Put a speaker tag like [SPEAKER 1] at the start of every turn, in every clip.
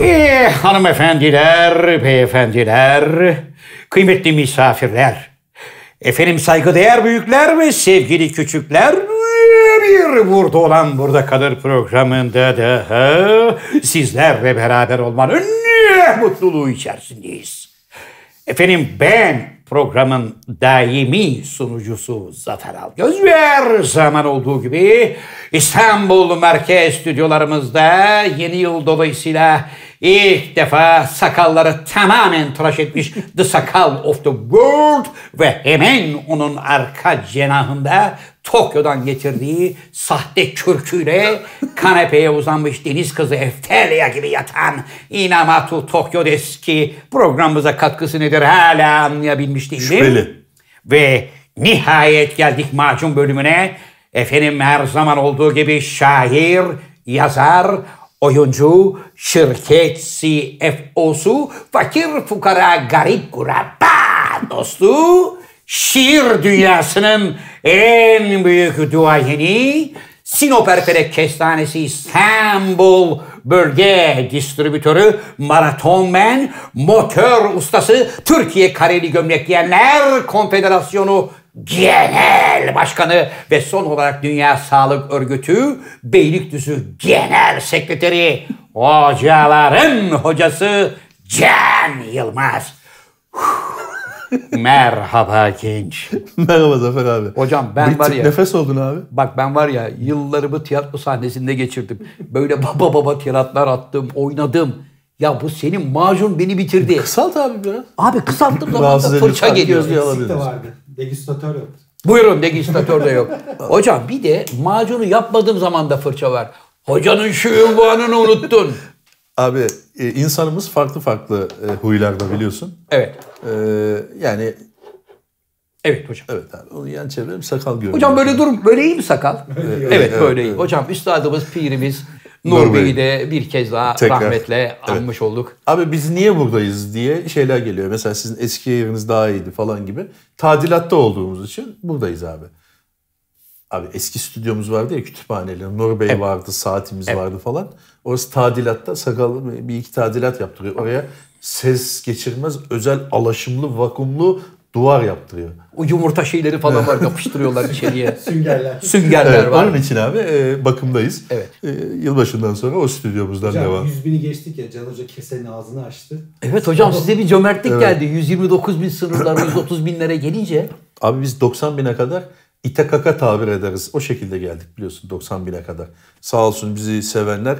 [SPEAKER 1] Eh, hanımefendiler, beyefendiler, kıymetli misafirler, efendim saygıdeğer büyükler ve sevgili küçükler, bir burada olan burada kalır programında daha sizlerle beraber olmanın eh, mutluluğu içerisindeyiz. Efendim ben programın daimi sunucusu Zafer Algöz ve her zaman olduğu gibi İstanbul Merkez stüdyolarımızda yeni yıl dolayısıyla ilk defa sakalları tamamen tıraş etmiş The Sakal of the World ve hemen onun arka cenahında Tokyo'dan getirdiği sahte kürküyle kanepeye uzanmış deniz kızı Eftelya gibi yatan Inamatu Tokyo Deski programımıza katkısı nedir hala anlayabilmiş değilim.
[SPEAKER 2] Şüpheli.
[SPEAKER 1] Ve nihayet geldik macun bölümüne. Efendim her zaman olduğu gibi şair, yazar, oyuncu, şirket CFO'su, fakir, fukara, garip, kurabba dostu, şiir dünyasının en büyük duayeni, Sinop Erfelek Kestanesi İstanbul Bölge Distribütörü, Maratonmen, Motör Ustası, Türkiye Kareli Gömlek Giyenler Konfederasyonu Genel Başkanı ve son olarak Dünya Sağlık Örgütü Beylikdüzü Genel Sekreteri Hocaların Hocası Can Yılmaz. Merhaba genç.
[SPEAKER 2] Merhaba Zafer abi.
[SPEAKER 1] Hocam ben
[SPEAKER 2] Bir
[SPEAKER 1] var
[SPEAKER 2] tık
[SPEAKER 1] ya-
[SPEAKER 2] nefes oldun abi.
[SPEAKER 1] Bak ben var ya yıllarımı tiyatro sahnesinde geçirdim. Böyle baba baba tiratlar attım, oynadım. Ya bu senin macun beni bitirdi.
[SPEAKER 2] Salt abi biraz.
[SPEAKER 1] Abi kısalttım da
[SPEAKER 2] Rahatsız edici
[SPEAKER 1] fırça
[SPEAKER 2] fark
[SPEAKER 1] geliyor.
[SPEAKER 2] gözlüğü
[SPEAKER 3] Eksik de
[SPEAKER 2] alabiliriz.
[SPEAKER 3] vardı. Degüstatör yoktu.
[SPEAKER 1] Buyurun degüstatör de yok. Hocam bir de macunu yapmadığım zaman da fırça var. Hocanın şu ünvanını unuttun.
[SPEAKER 2] Abi e, insanımız farklı farklı e, huylarda biliyorsun.
[SPEAKER 1] Evet.
[SPEAKER 2] E, yani
[SPEAKER 1] Evet hocam.
[SPEAKER 2] evet abi onun yan çevrem sakal görünüyor.
[SPEAKER 1] Hocam böyle durum böyle iyi mi sakal? evet
[SPEAKER 2] evet,
[SPEAKER 1] böyle iyi.
[SPEAKER 2] evet.
[SPEAKER 1] Hocam üstadımız pirimiz Nur
[SPEAKER 2] Nur Bey.
[SPEAKER 1] Bey'i de bir kez daha
[SPEAKER 2] Tekrar.
[SPEAKER 1] rahmetle anmış olduk.
[SPEAKER 2] Abi biz niye buradayız diye şeyler geliyor. Mesela sizin eski yeriniz daha iyiydi falan gibi. Tadilatta olduğumuz için buradayız abi. Abi eski stüdyomuz vardı ya kütüphaneli. Nur Bey vardı, saatimiz vardı falan. Orası tadilatta sakalı bir iki tadilat yaptırıyor. Oraya ses geçirmez özel alaşımlı vakumlu duvar yaptırıyor.
[SPEAKER 1] O yumurta şeyleri falan var yapıştırıyorlar içeriye.
[SPEAKER 3] Süngerler.
[SPEAKER 1] Süngerler
[SPEAKER 2] Evet,
[SPEAKER 1] var.
[SPEAKER 2] onun için abi e, bakımdayız.
[SPEAKER 1] Evet.
[SPEAKER 2] E, yılbaşından sonra o stüdyomuzdan
[SPEAKER 3] Hocam
[SPEAKER 2] devam.
[SPEAKER 3] 100 bini geçtik ya. Can Hoca kesenin ağzını açtı.
[SPEAKER 2] E,
[SPEAKER 1] Evet hocam size bir cömertlik geldi. 129 bin sınırlar 130 binlere gelince.
[SPEAKER 2] Abi biz 90 bine kadar ite kaka tabir ederiz. O şekilde geldik biliyorsun 90 bine kadar. Sağ olsun bizi sevenler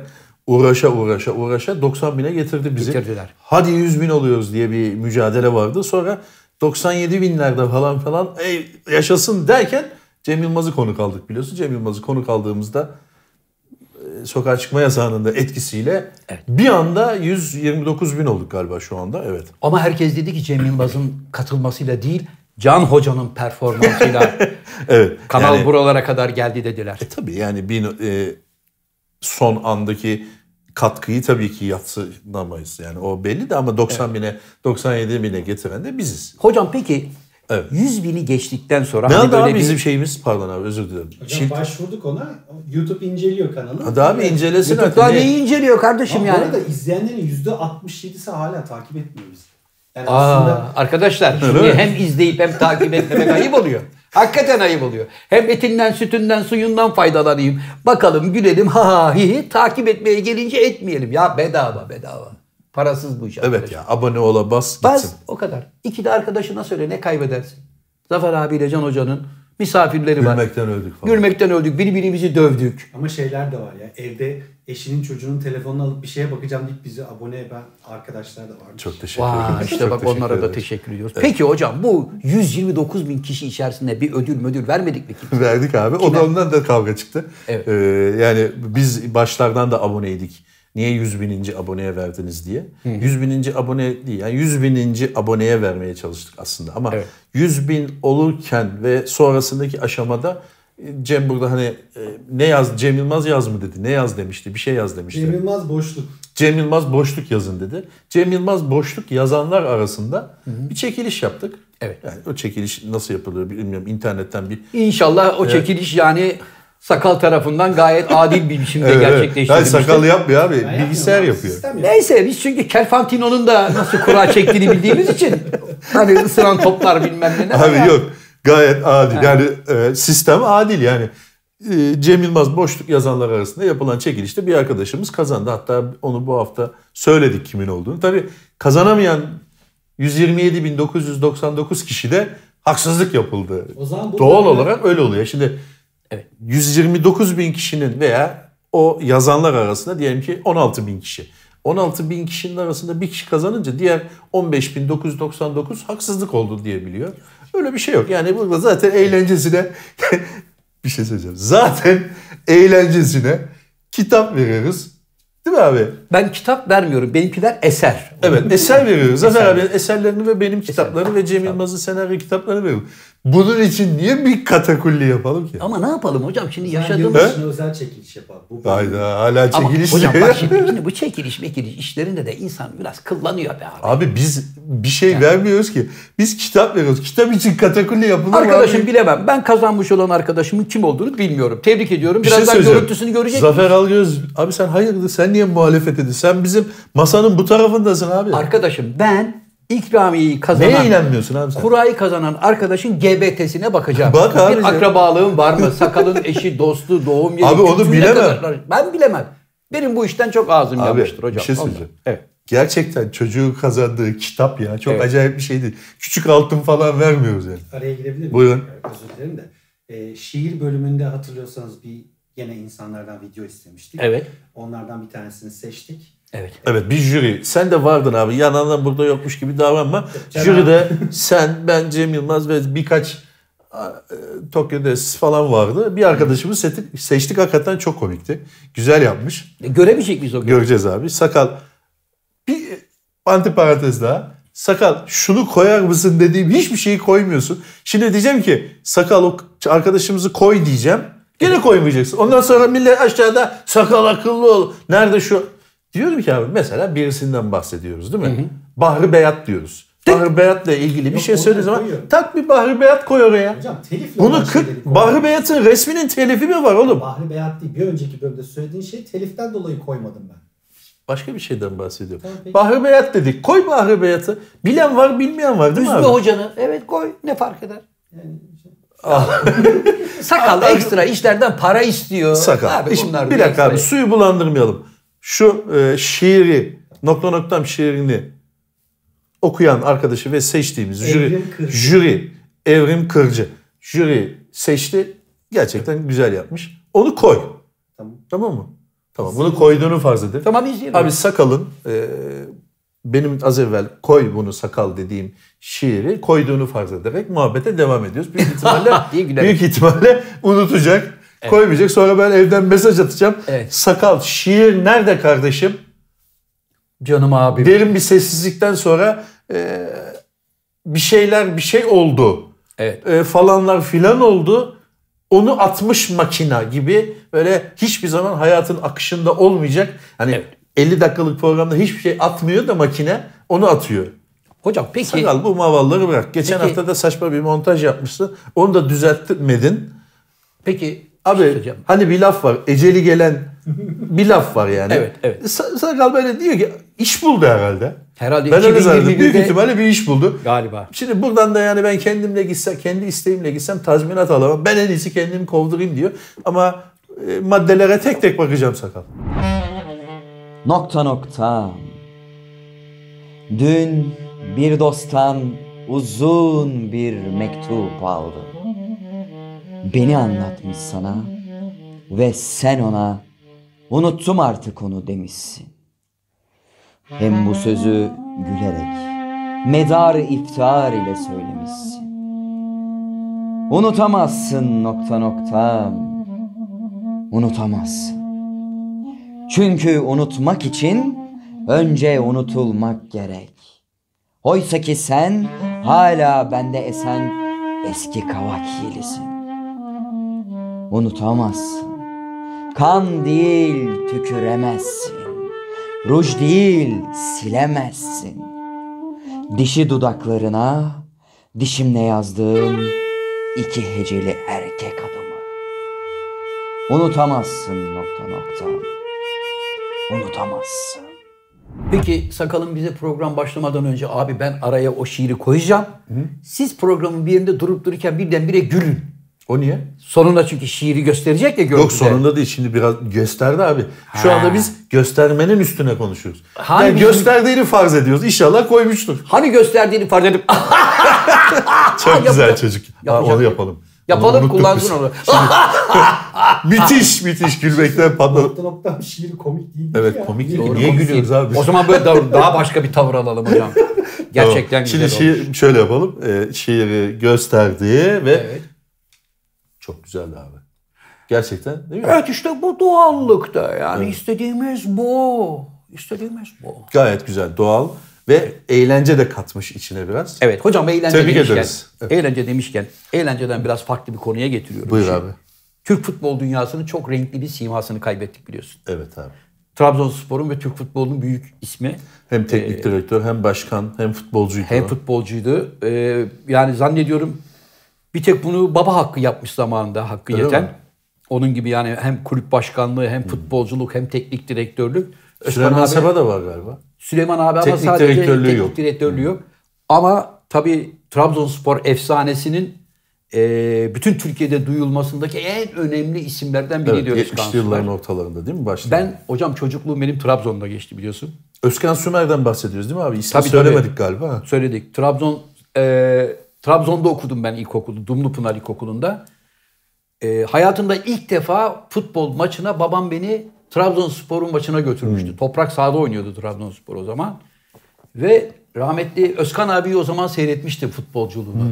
[SPEAKER 2] uğraşa uğraşa uğraşa 90 bine getirdi bizi.
[SPEAKER 1] Getirdiler.
[SPEAKER 2] Hadi 100 bin oluyoruz diye bir mücadele vardı. Sonra 97 binlerde falan falan ey yaşasın derken Cem Yılmaz'ı konuk aldık biliyorsun. Cem Yılmaz'ı konuk aldığımızda e, sokağa çıkma yasağının da etkisiyle bir anda 129 bin olduk galiba şu anda. Evet.
[SPEAKER 1] Ama herkes dedi ki Cem Yılmaz'ın katılmasıyla değil Can Hoca'nın performansıyla
[SPEAKER 2] Evet.
[SPEAKER 1] kanal
[SPEAKER 2] yani-
[SPEAKER 1] buralara kadar geldi dediler.
[SPEAKER 2] E tabii yani bir e, son andaki katkıyı tabii ki yatsınamayız. Yani o belli de ama 90 bine 97 bine getiren de biziz.
[SPEAKER 1] Hocam peki
[SPEAKER 2] Evet.
[SPEAKER 1] 100 bini geçtikten sonra
[SPEAKER 2] Ne
[SPEAKER 1] hani
[SPEAKER 2] oldu
[SPEAKER 1] böyle
[SPEAKER 2] abi
[SPEAKER 1] bir-
[SPEAKER 2] bizim şeyimiz pardon abi özür dilerim.
[SPEAKER 3] Hocam
[SPEAKER 2] Çil,
[SPEAKER 3] başvurduk ona. YouTube inceliyor kanalı.
[SPEAKER 2] hadi abi incelesin
[SPEAKER 1] YouTube
[SPEAKER 2] hadi.
[SPEAKER 1] daha
[SPEAKER 2] Ne-
[SPEAKER 1] neyi inceliyor kardeşim
[SPEAKER 3] Ama
[SPEAKER 1] yani?
[SPEAKER 3] bu arada izleyenlerin %67'si hala takip etmiyor bizi. Yani
[SPEAKER 1] Aa,
[SPEAKER 3] aslında
[SPEAKER 1] arkadaşlar şimdi hem izleyip hem takip etmemek ayıp oluyor. Hakikaten ayıp oluyor. Hem etinden, sütünden, suyundan faydalanayım. Bakalım, gülelim, ha ha hi hi. Takip etmeye gelince etmeyelim. Ya bedava bedava. Parasız bu iş. arkadaşlar.
[SPEAKER 2] Evet ya abone ola bas gitsin.
[SPEAKER 1] Baz o kadar. İki de arkadaşına söyle ne kaybedersin. Zafer abiyle Can Hoca'nın misafirleri var.
[SPEAKER 2] Gülmekten öldük falan.
[SPEAKER 1] Gülmekten öldük. Birbirimizi dövdük.
[SPEAKER 3] ama şeyler de var ya. Evde eşinin çocuğunun telefonunu alıp bir şeye bakacağım deyip bizi abone eden arkadaşlar da varmış.
[SPEAKER 2] Çok teşekkür ederim.
[SPEAKER 1] Vay işte
[SPEAKER 2] Çok
[SPEAKER 1] bak
[SPEAKER 2] teşekkür
[SPEAKER 1] onlara da
[SPEAKER 2] ederim.
[SPEAKER 1] teşekkür ediyoruz. Peki hocam bu 129 bin kişi içerisinde bir ödül müdür vermedik mi ki?
[SPEAKER 2] Verdik abi. O da ondan da kavga çıktı.
[SPEAKER 1] Evet.
[SPEAKER 2] Ee, yani biz başlardan da aboneydik. Niye 100 bininci aboneye verdiniz diye. 100 bininci abone değil. Yani 100 bininci aboneye vermeye çalıştık aslında. Ama
[SPEAKER 1] Evet.
[SPEAKER 2] 100 bin olurken ve sonrasındaki aşamada e, Cem burada hani e, ne yaz Cem Yılmaz yaz mı dedi. Ne yaz demişti. Bir şey yaz demişti.
[SPEAKER 3] Cem Yılmaz boşluk.
[SPEAKER 2] Cem Yılmaz boşluk yazın dedi. Cem Yılmaz boşluk yazanlar arasında bir çekiliş yaptık.
[SPEAKER 1] Evet.
[SPEAKER 2] Yani o çekiliş nasıl yapılıyor bilmiyorum. İnternetten bir
[SPEAKER 1] İnşallah o çekiliş yani sakal tarafından gayet adil bir biçimde
[SPEAKER 2] Hayır,
[SPEAKER 1] gerçekleştirilmiştir.
[SPEAKER 2] sakal yapmıyor abi.
[SPEAKER 3] Ben
[SPEAKER 2] Bilgisayar
[SPEAKER 3] yapmıyorum abi,
[SPEAKER 2] yapıyor.
[SPEAKER 3] Sistem yapıyor.
[SPEAKER 1] Neyse biz çünkü Kerfantino'nun da nasıl kura çektiğini bildiğimiz için hani ısıran toplar bilmem ne. ne var
[SPEAKER 2] Abi
[SPEAKER 1] ya.
[SPEAKER 2] yok. Gayet adil. Yani e, sistem adil yani. E, Cem Yılmaz boşluk yazanlar arasında yapılan çekilişte bir arkadaşımız kazandı. Hatta onu bu hafta söyledik kimin olduğunu. Tabii kazanamayan 127.999 kişi de haksızlık yapıldı.
[SPEAKER 3] O zaman bu
[SPEAKER 2] Doğal
[SPEAKER 3] böyle-
[SPEAKER 2] olarak öyle oluyor. Şimdi 129 bin kişinin veya o yazanlar arasında diyelim ki 16 bin kişi. 16 bin kişinin arasında bir kişi kazanınca diğer 15.999 haksızlık oldu diyebiliyor. Öyle bir şey yok. Yani burada zaten eğlencesine bir şey söyleyeceğim. Zaten eğlencesine kitap veririz. Değil mi abi?
[SPEAKER 1] Ben kitap vermiyorum. Benimkiler eser.
[SPEAKER 2] Evet eser veriyoruz. Zafer abi eserlerini ve benim kitaplarını ve Cem Yılmaz'ın senaryo kitaplarını veriyoruz. Bunun için niye bir katakulli yapalım ki?
[SPEAKER 1] Ama ne yapalım hocam şimdi
[SPEAKER 3] Sen
[SPEAKER 1] yaşadığımız...
[SPEAKER 3] yılbaşına özel çekiliş yapalım. Bu
[SPEAKER 2] Hayda hala
[SPEAKER 1] Ama
[SPEAKER 2] çekiliş
[SPEAKER 1] hocam
[SPEAKER 2] diyor.
[SPEAKER 1] bak şimdi, şimdi bu çekiliş mekiliş işlerinde de insan biraz kıllanıyor be abi.
[SPEAKER 2] Abi biz bir şey vermiyoruz ki. Biz kitap veriyoruz. Kitap için katakulli yapılır mı
[SPEAKER 1] Arkadaşım
[SPEAKER 2] abi?
[SPEAKER 1] bilemem. Ben kazanmış olan arkadaşımın kim olduğunu bilmiyorum. Tebrik ediyorum.
[SPEAKER 2] Bir şey
[SPEAKER 1] Birazdan
[SPEAKER 2] söyleyeceğim.
[SPEAKER 1] görüntüsünü görecek.
[SPEAKER 2] Zafer Algöz abi sen hayırdır sen niye muhalefet ediyorsun? Sen bizim masanın bu tarafındasın abi.
[SPEAKER 1] Arkadaşım ben ikramiyeyi kazanan...
[SPEAKER 2] Neye inanmıyorsun abi sen?
[SPEAKER 1] Kurayı kazanan arkadaşın GBT'sine bakacağım.
[SPEAKER 2] Bak abi
[SPEAKER 1] Bir
[SPEAKER 2] sen.
[SPEAKER 1] akrabalığın var mı? Sakalın eşi, dostu, doğum yeri.
[SPEAKER 2] Abi onu
[SPEAKER 1] kültürü ne
[SPEAKER 2] bilemem.
[SPEAKER 1] kadar- Ben bilemem. Benim bu işten çok ağzım
[SPEAKER 2] Abi,
[SPEAKER 1] yanmıştır hocam.
[SPEAKER 2] bir şey
[SPEAKER 1] Ondan.
[SPEAKER 2] söyleyeceğim.
[SPEAKER 1] Evet.
[SPEAKER 2] Gerçekten çocuğun kazandığı kitap ya. Çok
[SPEAKER 1] Evet.
[SPEAKER 2] acayip bir şeydi. Küçük altın falan vermiyoruz yani.
[SPEAKER 3] Araya girebilir miyim?
[SPEAKER 2] Buyurun.
[SPEAKER 3] Özür dilerim de. Ee, şiir bölümünde hatırlıyorsanız bir gene insanlardan video istemiştik.
[SPEAKER 1] Evet.
[SPEAKER 3] Onlardan bir tanesini seçtik.
[SPEAKER 1] Evet.
[SPEAKER 2] Evet bir jüri. Sen de vardın abi. Yanandan burada yokmuş gibi davranma.
[SPEAKER 3] Cenab-
[SPEAKER 2] Jüri de sen, ben, Cem Yılmaz ve birkaç e, Tokyo Des falan vardı. Bir arkadaşımız seçtik, seçtik. Hakikaten çok komikti. Güzel yapmış.
[SPEAKER 1] E, Göremeyecek miyiz o gün?
[SPEAKER 2] Göreceğiz abi. Sakal bir antiparantez daha. Sakal şunu koyar mısın dediğim hiçbir şeyi koymuyorsun. Şimdi diyeceğim ki sakal o arkadaşımızı koy diyeceğim. Gene koymayacaksın. Ondan sonra millet aşağıda sakal akıllı ol. Nerede şu? Diyorum ki abi mesela birisinden bahsediyoruz değil mi? Bahri Beyat diyoruz. Bahri Beyat'la ilgili bir
[SPEAKER 3] Yok,
[SPEAKER 2] şey
[SPEAKER 3] onu
[SPEAKER 2] söylediği zaman
[SPEAKER 3] koyuyorum.
[SPEAKER 2] tak bir Bahri Beyat koy oraya.
[SPEAKER 3] Hocam şey telifle
[SPEAKER 2] Bunu
[SPEAKER 3] olan
[SPEAKER 2] 40
[SPEAKER 3] şeyleri
[SPEAKER 2] Bahri
[SPEAKER 3] koymadım.
[SPEAKER 2] Beyat'ın resminin telifi mi var oğlum?
[SPEAKER 3] Bahri Beyat değil. Bir önceki bölümde söylediğin şey teliften dolayı koymadım ben.
[SPEAKER 2] Başka bir şeyden bahsediyorum.
[SPEAKER 3] Tamam, peki.
[SPEAKER 2] Bahri Beyat dedik. Koy Bahri Beyat'ı. Bilen var bilmeyen var değil mi
[SPEAKER 1] Üzme
[SPEAKER 2] abi?
[SPEAKER 1] hocanı. Evet koy. Ne fark eder? Sakal ekstra işlerden para istiyor.
[SPEAKER 2] Sakal.
[SPEAKER 1] Abi
[SPEAKER 2] İşte
[SPEAKER 1] bunlar
[SPEAKER 2] bir
[SPEAKER 1] da
[SPEAKER 2] dakika abi
[SPEAKER 1] ekstra.
[SPEAKER 2] suyu bulandırmayalım. Şu e, şiiri nokta noktam şiirini okuyan arkadaşı ve seçtiğimiz jüri,
[SPEAKER 3] Evrim Kırcı.
[SPEAKER 2] jüri Evrim Kırcı. Jüri seçti. Gerçekten güzel yapmış. Onu koy.
[SPEAKER 3] Tamam.
[SPEAKER 2] Tamam mı? Tamam. Bunu koyduğunu farz edelim.
[SPEAKER 1] Tamam izleyelim.
[SPEAKER 2] Abi sakalın e, benim az evvel koy bunu sakal dediğim şiiri koyduğunu farz ederek muhabbete devam ediyoruz. Büyük ihtimalle
[SPEAKER 1] İyi güler.
[SPEAKER 2] büyük ihtimalle unutacak. Koymayacak. Sonra ben evden mesaj atacağım.
[SPEAKER 1] Evet.
[SPEAKER 2] Sakal şiir nerede kardeşim?
[SPEAKER 1] Canım abim.
[SPEAKER 2] Derin bir sessizlikten sonra e, bir şeyler bir şey oldu.
[SPEAKER 1] Evet.
[SPEAKER 2] E, falanlar filan oldu. Onu atmış makina gibi böyle hiçbir zaman hayatın akışında olmayacak. Hani
[SPEAKER 1] Evet.
[SPEAKER 2] 50 dakikalık programda hiçbir şey atmıyor da makine onu atıyor.
[SPEAKER 1] Hocam peki
[SPEAKER 2] Sakal bu mavalları bırak. Geçen
[SPEAKER 1] Peki.
[SPEAKER 2] hafta da saçma bir montaj yapmışsın. Onu da düzeltmedin.
[SPEAKER 1] peki
[SPEAKER 2] Abi
[SPEAKER 1] hocam.
[SPEAKER 2] hani bir laf var. Eceli gelen bir laf var yani.
[SPEAKER 1] Evet, evet.
[SPEAKER 2] Sa- Sakal böyle diyor ki iş buldu herhalde.
[SPEAKER 1] Herhalde
[SPEAKER 2] ben öyle
[SPEAKER 1] 2021'de
[SPEAKER 2] zannediyorum. Büyük ihtimalle bir iş buldu.
[SPEAKER 1] galiba.
[SPEAKER 2] Şimdi buradan da yani ben kendimle gitsem, kendi isteğimle gitsem tazminat alamam. Ben en iyisi kendimi kovdurayım diyor. Ama e, maddelere tek tek bakacağım sakal.
[SPEAKER 4] Nokta nokta. Dün bir dosttan uzun bir mektup aldım. Beni anlatmış sana ve sen ona unuttum artık onu demişsin. Hem bu sözü gülerek medar iftihar ile söylemişsin. Unutamazsın nokta nokta. Unutamazsın. Çünkü unutmak için önce unutulmak gerek. Oysa ki sen hala bende esen eski kavak yelisin. Unutamazsın. Kan değil tüküremezsin. Ruj değil silemezsin. Dişi dudaklarına dişimle yazdığım iki heceli erkek adımı. Unutamazsın nokta nokta. Unutamazsın.
[SPEAKER 1] Peki Sakal'ın bize program başlamadan önce abi ben araya o şiiri koyacağım. Siz programın bir yerinde durup dururken birdenbire gülün.
[SPEAKER 2] O niye?
[SPEAKER 1] Sonunda çünkü şiiri gösterecek ya görüntüde.
[SPEAKER 2] Yok sonunda değil. Şimdi biraz gösterdi abi. Şu anda biz göstermenin üstüne konuşuyoruz.
[SPEAKER 1] Hangi-
[SPEAKER 2] Yani gösterdiğini farz ediyoruz. İnşallah koymuştur.
[SPEAKER 1] Hani gösterdiğini farz edip "Ah,
[SPEAKER 2] Çok güzel
[SPEAKER 1] yapacak-
[SPEAKER 2] çocuk. Ha,
[SPEAKER 1] yapacak-
[SPEAKER 2] onu yapalım.
[SPEAKER 1] yapalım
[SPEAKER 2] unuttuk biz.
[SPEAKER 1] kullansın onu. Ah!
[SPEAKER 2] Müthiş müthiş gülmekten patladı.
[SPEAKER 3] Nokta nokta bir şiir komik değil.
[SPEAKER 2] Evet komik değil. Niye gülüyoruz abi? biz?
[SPEAKER 1] o zaman böyle daha, daha başka bir tavır alalım hocam.
[SPEAKER 2] Tamam.
[SPEAKER 1] Gerçekten
[SPEAKER 2] Şimdi
[SPEAKER 1] güzel oldu.
[SPEAKER 2] şiir, şöyle yapalım. Ee, şiiri gösterdi ve
[SPEAKER 1] Evet.
[SPEAKER 2] çok güzeldi abi. Gerçekten değil mi?
[SPEAKER 1] Evet işte bu doğallıkta yani istediğimiz bu. İstediğimiz bu.
[SPEAKER 2] Gayet güzel, doğal ve eğlence de katmış içine biraz.
[SPEAKER 1] Evet hocam eğlence
[SPEAKER 2] Tebrik
[SPEAKER 1] demişken,
[SPEAKER 2] ederiz. Evet.
[SPEAKER 1] eğlence demişken, eğlenceden biraz farklı bir konuya getiriyorum.
[SPEAKER 2] Buyur
[SPEAKER 1] işi.
[SPEAKER 2] abi.
[SPEAKER 1] Türk futbol dünyasının çok renkli bir simasını kaybettik biliyorsun.
[SPEAKER 2] Evet abi.
[SPEAKER 1] Trabzonspor'un ve Türk futbolunun büyük ismi
[SPEAKER 2] Hem teknik direktör hem başkan hem futbolcuydu.
[SPEAKER 1] Ee, hem futbolcuydu. Ee, yani zannediyorum bir tek bunu baba hakkı yapmış zamanında hakkı
[SPEAKER 2] Öyle
[SPEAKER 1] yeten.
[SPEAKER 2] mi?
[SPEAKER 1] Onun gibi yani hem kulüp başkanlığı hem futbolculuk hem teknik direktörlük. Özkan
[SPEAKER 2] Süleyman
[SPEAKER 1] abi-
[SPEAKER 2] Seba da var galiba.
[SPEAKER 1] Süleyman abi ama
[SPEAKER 2] Teknik
[SPEAKER 1] sadece
[SPEAKER 2] direktörlüğü
[SPEAKER 1] teknik
[SPEAKER 2] yok.
[SPEAKER 1] direktörlüğü yok. Ama tabii Trabzonspor efsanesinin e, bütün Türkiye'de duyulmasındaki en önemli isimlerden biri
[SPEAKER 2] Evet,
[SPEAKER 1] diyor
[SPEAKER 2] 70'li
[SPEAKER 1] Özkan
[SPEAKER 2] yılların
[SPEAKER 1] Sümer.
[SPEAKER 2] ortalarında değil mi başladı?
[SPEAKER 1] Ben hocam çocukluğum benim Trabzon'da geçti biliyorsun.
[SPEAKER 2] Özkan Sümer'den bahsediyoruz değil mi abi? İsmi
[SPEAKER 1] Tabii,
[SPEAKER 2] söylemedik
[SPEAKER 1] tabii.
[SPEAKER 2] galiba. ha.
[SPEAKER 1] Söyledik. Trabzon e, Trabzon'da okudum ben ilkokulu. Dumlupınar İlkokulu'nda. E, hayatımda ilk defa futbol maçına babam beni Trabzonspor'un maçına götürmüştü. Toprak sahada oynuyordu Trabzonspor o zaman. Ve rahmetli Özkan abiyi o zaman seyretmişti futbolculuğunu.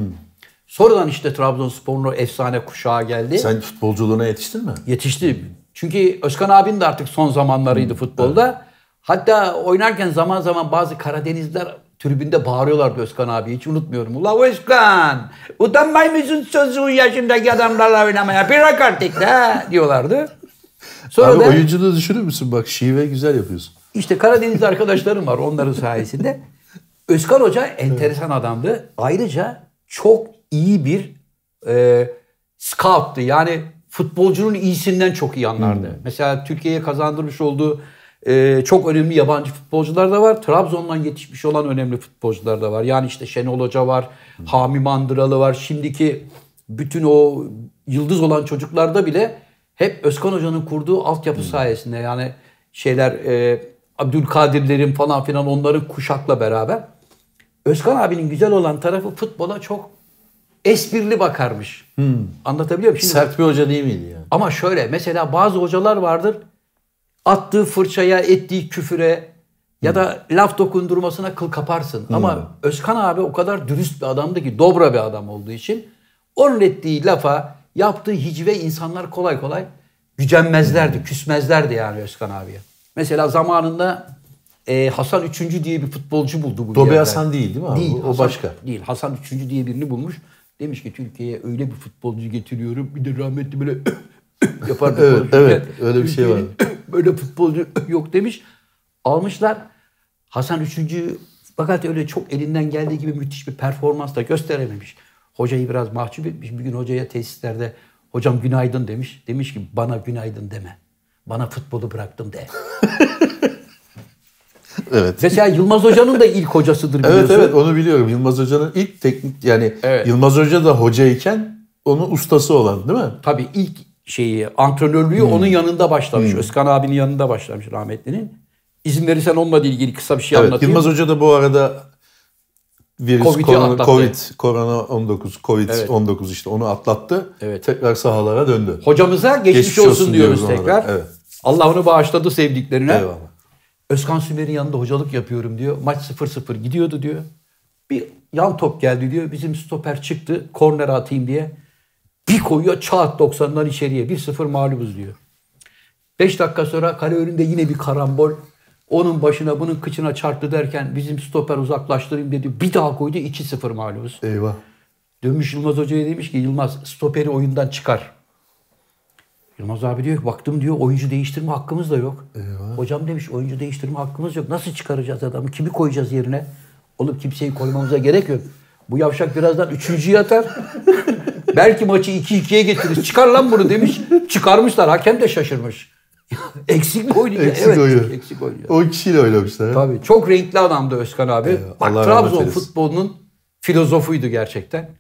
[SPEAKER 1] Sonradan işte Trabzonspor'un o efsane kuşağı geldi.
[SPEAKER 2] Sen futbolculuğuna yetiştin mi?
[SPEAKER 1] Yetişti. Çünkü Özkan abinin de artık son zamanlarıydı futbolda. Hatta oynarken zaman zaman bazı Karadenizler tribünde bağırıyorlardı Özkan abi. Hiç unutmuyorum. Ula Özkan! Utanmay mısın sözün yaşındaki adamlarla oynamaya? Bırak artık da diyorlardı. Sonra
[SPEAKER 2] abi
[SPEAKER 1] da
[SPEAKER 2] oyunculuğu düşünür müsün? Bak şive güzel yapıyorsun.
[SPEAKER 1] işte Karadenizli arkadaşlarım var onların sayesinde. Özkan Hoca enteresan adamdı. Ayrıca çok iyi bir e, scout'tu. Yani futbolcunun iyisinden çok iyi anlardı. Mesela Türkiye'ye kazandırmış olduğu e, çok önemli yabancı futbolcular da var. Trabzon'dan yetişmiş olan önemli futbolcular da var. Yani işte Şenol Hoca var, Hami Mandıralı var. Şimdiki bütün o yıldız olan çocuklarda bile hep Özkan Hoca'nın kurduğu altyapı sayesinde yani şeyler e, Abdülkadirlerin falan filan onların kuşakla beraber Özkan abinin güzel olan tarafı futbola çok esprili bakarmış. Anlatabiliyor muyum? Şimdi,
[SPEAKER 2] Sert bir hoca değil miydi yani?
[SPEAKER 1] Ama şöyle mesela bazı hocalar vardır attığı fırçaya, ettiği küfüre ya da
[SPEAKER 2] Hmm.
[SPEAKER 1] laf dokundurmasına kıl kaparsın. Ama Özkan abi o kadar dürüst bir adamdı ki dobra bir adam olduğu için onun ettiği lafa, yaptığı hicve insanlar kolay kolay
[SPEAKER 2] Hmm.
[SPEAKER 1] gücenmezlerdi, küsmezlerdi yani Özkan abiye. Mesela zamanında e, Hasan 3. diye bir futbolcu buldu bu
[SPEAKER 2] Dobe
[SPEAKER 1] yerden.
[SPEAKER 2] Hasan değil değil mi abi? O- o
[SPEAKER 1] Hasan
[SPEAKER 2] başka.
[SPEAKER 1] Değil. Hasan 3. diye birini bulmuş. Demiş ki Türkiye'ye öyle bir futbolcu getiriyorum. Bir de rahmetli böyle yapar. bir
[SPEAKER 2] Evet,
[SPEAKER 1] konuşurken,
[SPEAKER 2] evet. Öyle bir şey var.
[SPEAKER 1] "Türkiye'nin böyle futbolcu yok demiş. Almışlar. Hasan 3. fakat öyle çok elinden geldiği gibi müthiş bir performans da gösterememiş. Hocayı biraz mahcup etmiş. Bir gün hocaya tesislerde hocam günaydın demiş. Demiş ki bana günaydın deme. Bana futbolu bıraktım de.
[SPEAKER 2] Evet.
[SPEAKER 1] Mesela Yılmaz Hoca'nın da ilk hocasıdır biliyorsun.
[SPEAKER 2] Evet evet onu biliyorum. Yılmaz Hoca'nın ilk teknik yani
[SPEAKER 1] Evet.
[SPEAKER 2] Yılmaz Hoca da hocayken onun ustası olan değil mi?
[SPEAKER 1] tabii ilk şeyi antrenörlüğü
[SPEAKER 2] Hmm.
[SPEAKER 1] onun yanında başlamış. Özkan abinin yanında başlamış rahmetlinin. İzin verirsen onunla ilgili kısa bir şey
[SPEAKER 2] Evet.
[SPEAKER 1] anlatayım.
[SPEAKER 2] Yılmaz Hoca da bu arada virüs
[SPEAKER 1] Covid'i
[SPEAKER 2] korona,
[SPEAKER 1] atlattı.
[SPEAKER 2] Covid, korona 19, Covid 19 işte onu atlattı.
[SPEAKER 1] Evet.
[SPEAKER 2] Tekrar sahalara döndü.
[SPEAKER 1] Hocamıza geçmiş,
[SPEAKER 2] Geçmiş
[SPEAKER 1] olsun,
[SPEAKER 2] olsun
[SPEAKER 1] diyoruz
[SPEAKER 2] diyoruz ona da,
[SPEAKER 1] tekrar.
[SPEAKER 2] evet.
[SPEAKER 1] Allah onu bağışladı sevdiklerine.
[SPEAKER 2] Eyvallah.
[SPEAKER 1] Özkan Sümer'in yanında hocalık yapıyorum diyor. Maç 0-0 gidiyordu diyor. Bir yan top geldi diyor. Bizim stoper çıktı. Korner atayım diye. Bir koyuyor çat 90'dan içeriye. 1-0 mağlubuz diyor. 5 dakika sonra kale önünde yine bir karambol. Onun başına bunun kıçına çarptı derken bizim stoper uzaklaştırayım dedi. Bir daha koydu 2-0 mağlubuz.
[SPEAKER 2] Eyvah.
[SPEAKER 1] Dönmüş Yılmaz Hoca'ya demiş ki Yılmaz stoperi oyundan çıkar. Yılmaz abi diyor ki, baktım diyor oyuncu değiştirme hakkımız da yok. Hocam demiş oyuncu değiştirme hakkımız yok. Nasıl çıkaracağız adamı? Kimi koyacağız yerine? Oğlum kimseyi koymamıza gerek yok. Bu yavşak birazdan üçüncüyü atar. Belki maçı 2-2'ye getiririz. Çıkar lan bunu demiş. Çıkarmışlar. Hakem de şaşırmış. eksik mi oynuyor?
[SPEAKER 2] Eksik
[SPEAKER 1] evet,
[SPEAKER 2] oynuyor.
[SPEAKER 1] Eksik oynuyor.
[SPEAKER 2] 10 kişiyle oynamışlar. ha.
[SPEAKER 1] Tabii çok renkli adamdı Özkan abi. Bak,
[SPEAKER 2] Allah rahmet
[SPEAKER 1] Trabzon
[SPEAKER 2] eylesin.
[SPEAKER 1] futbolunun filozofuydu gerçekten.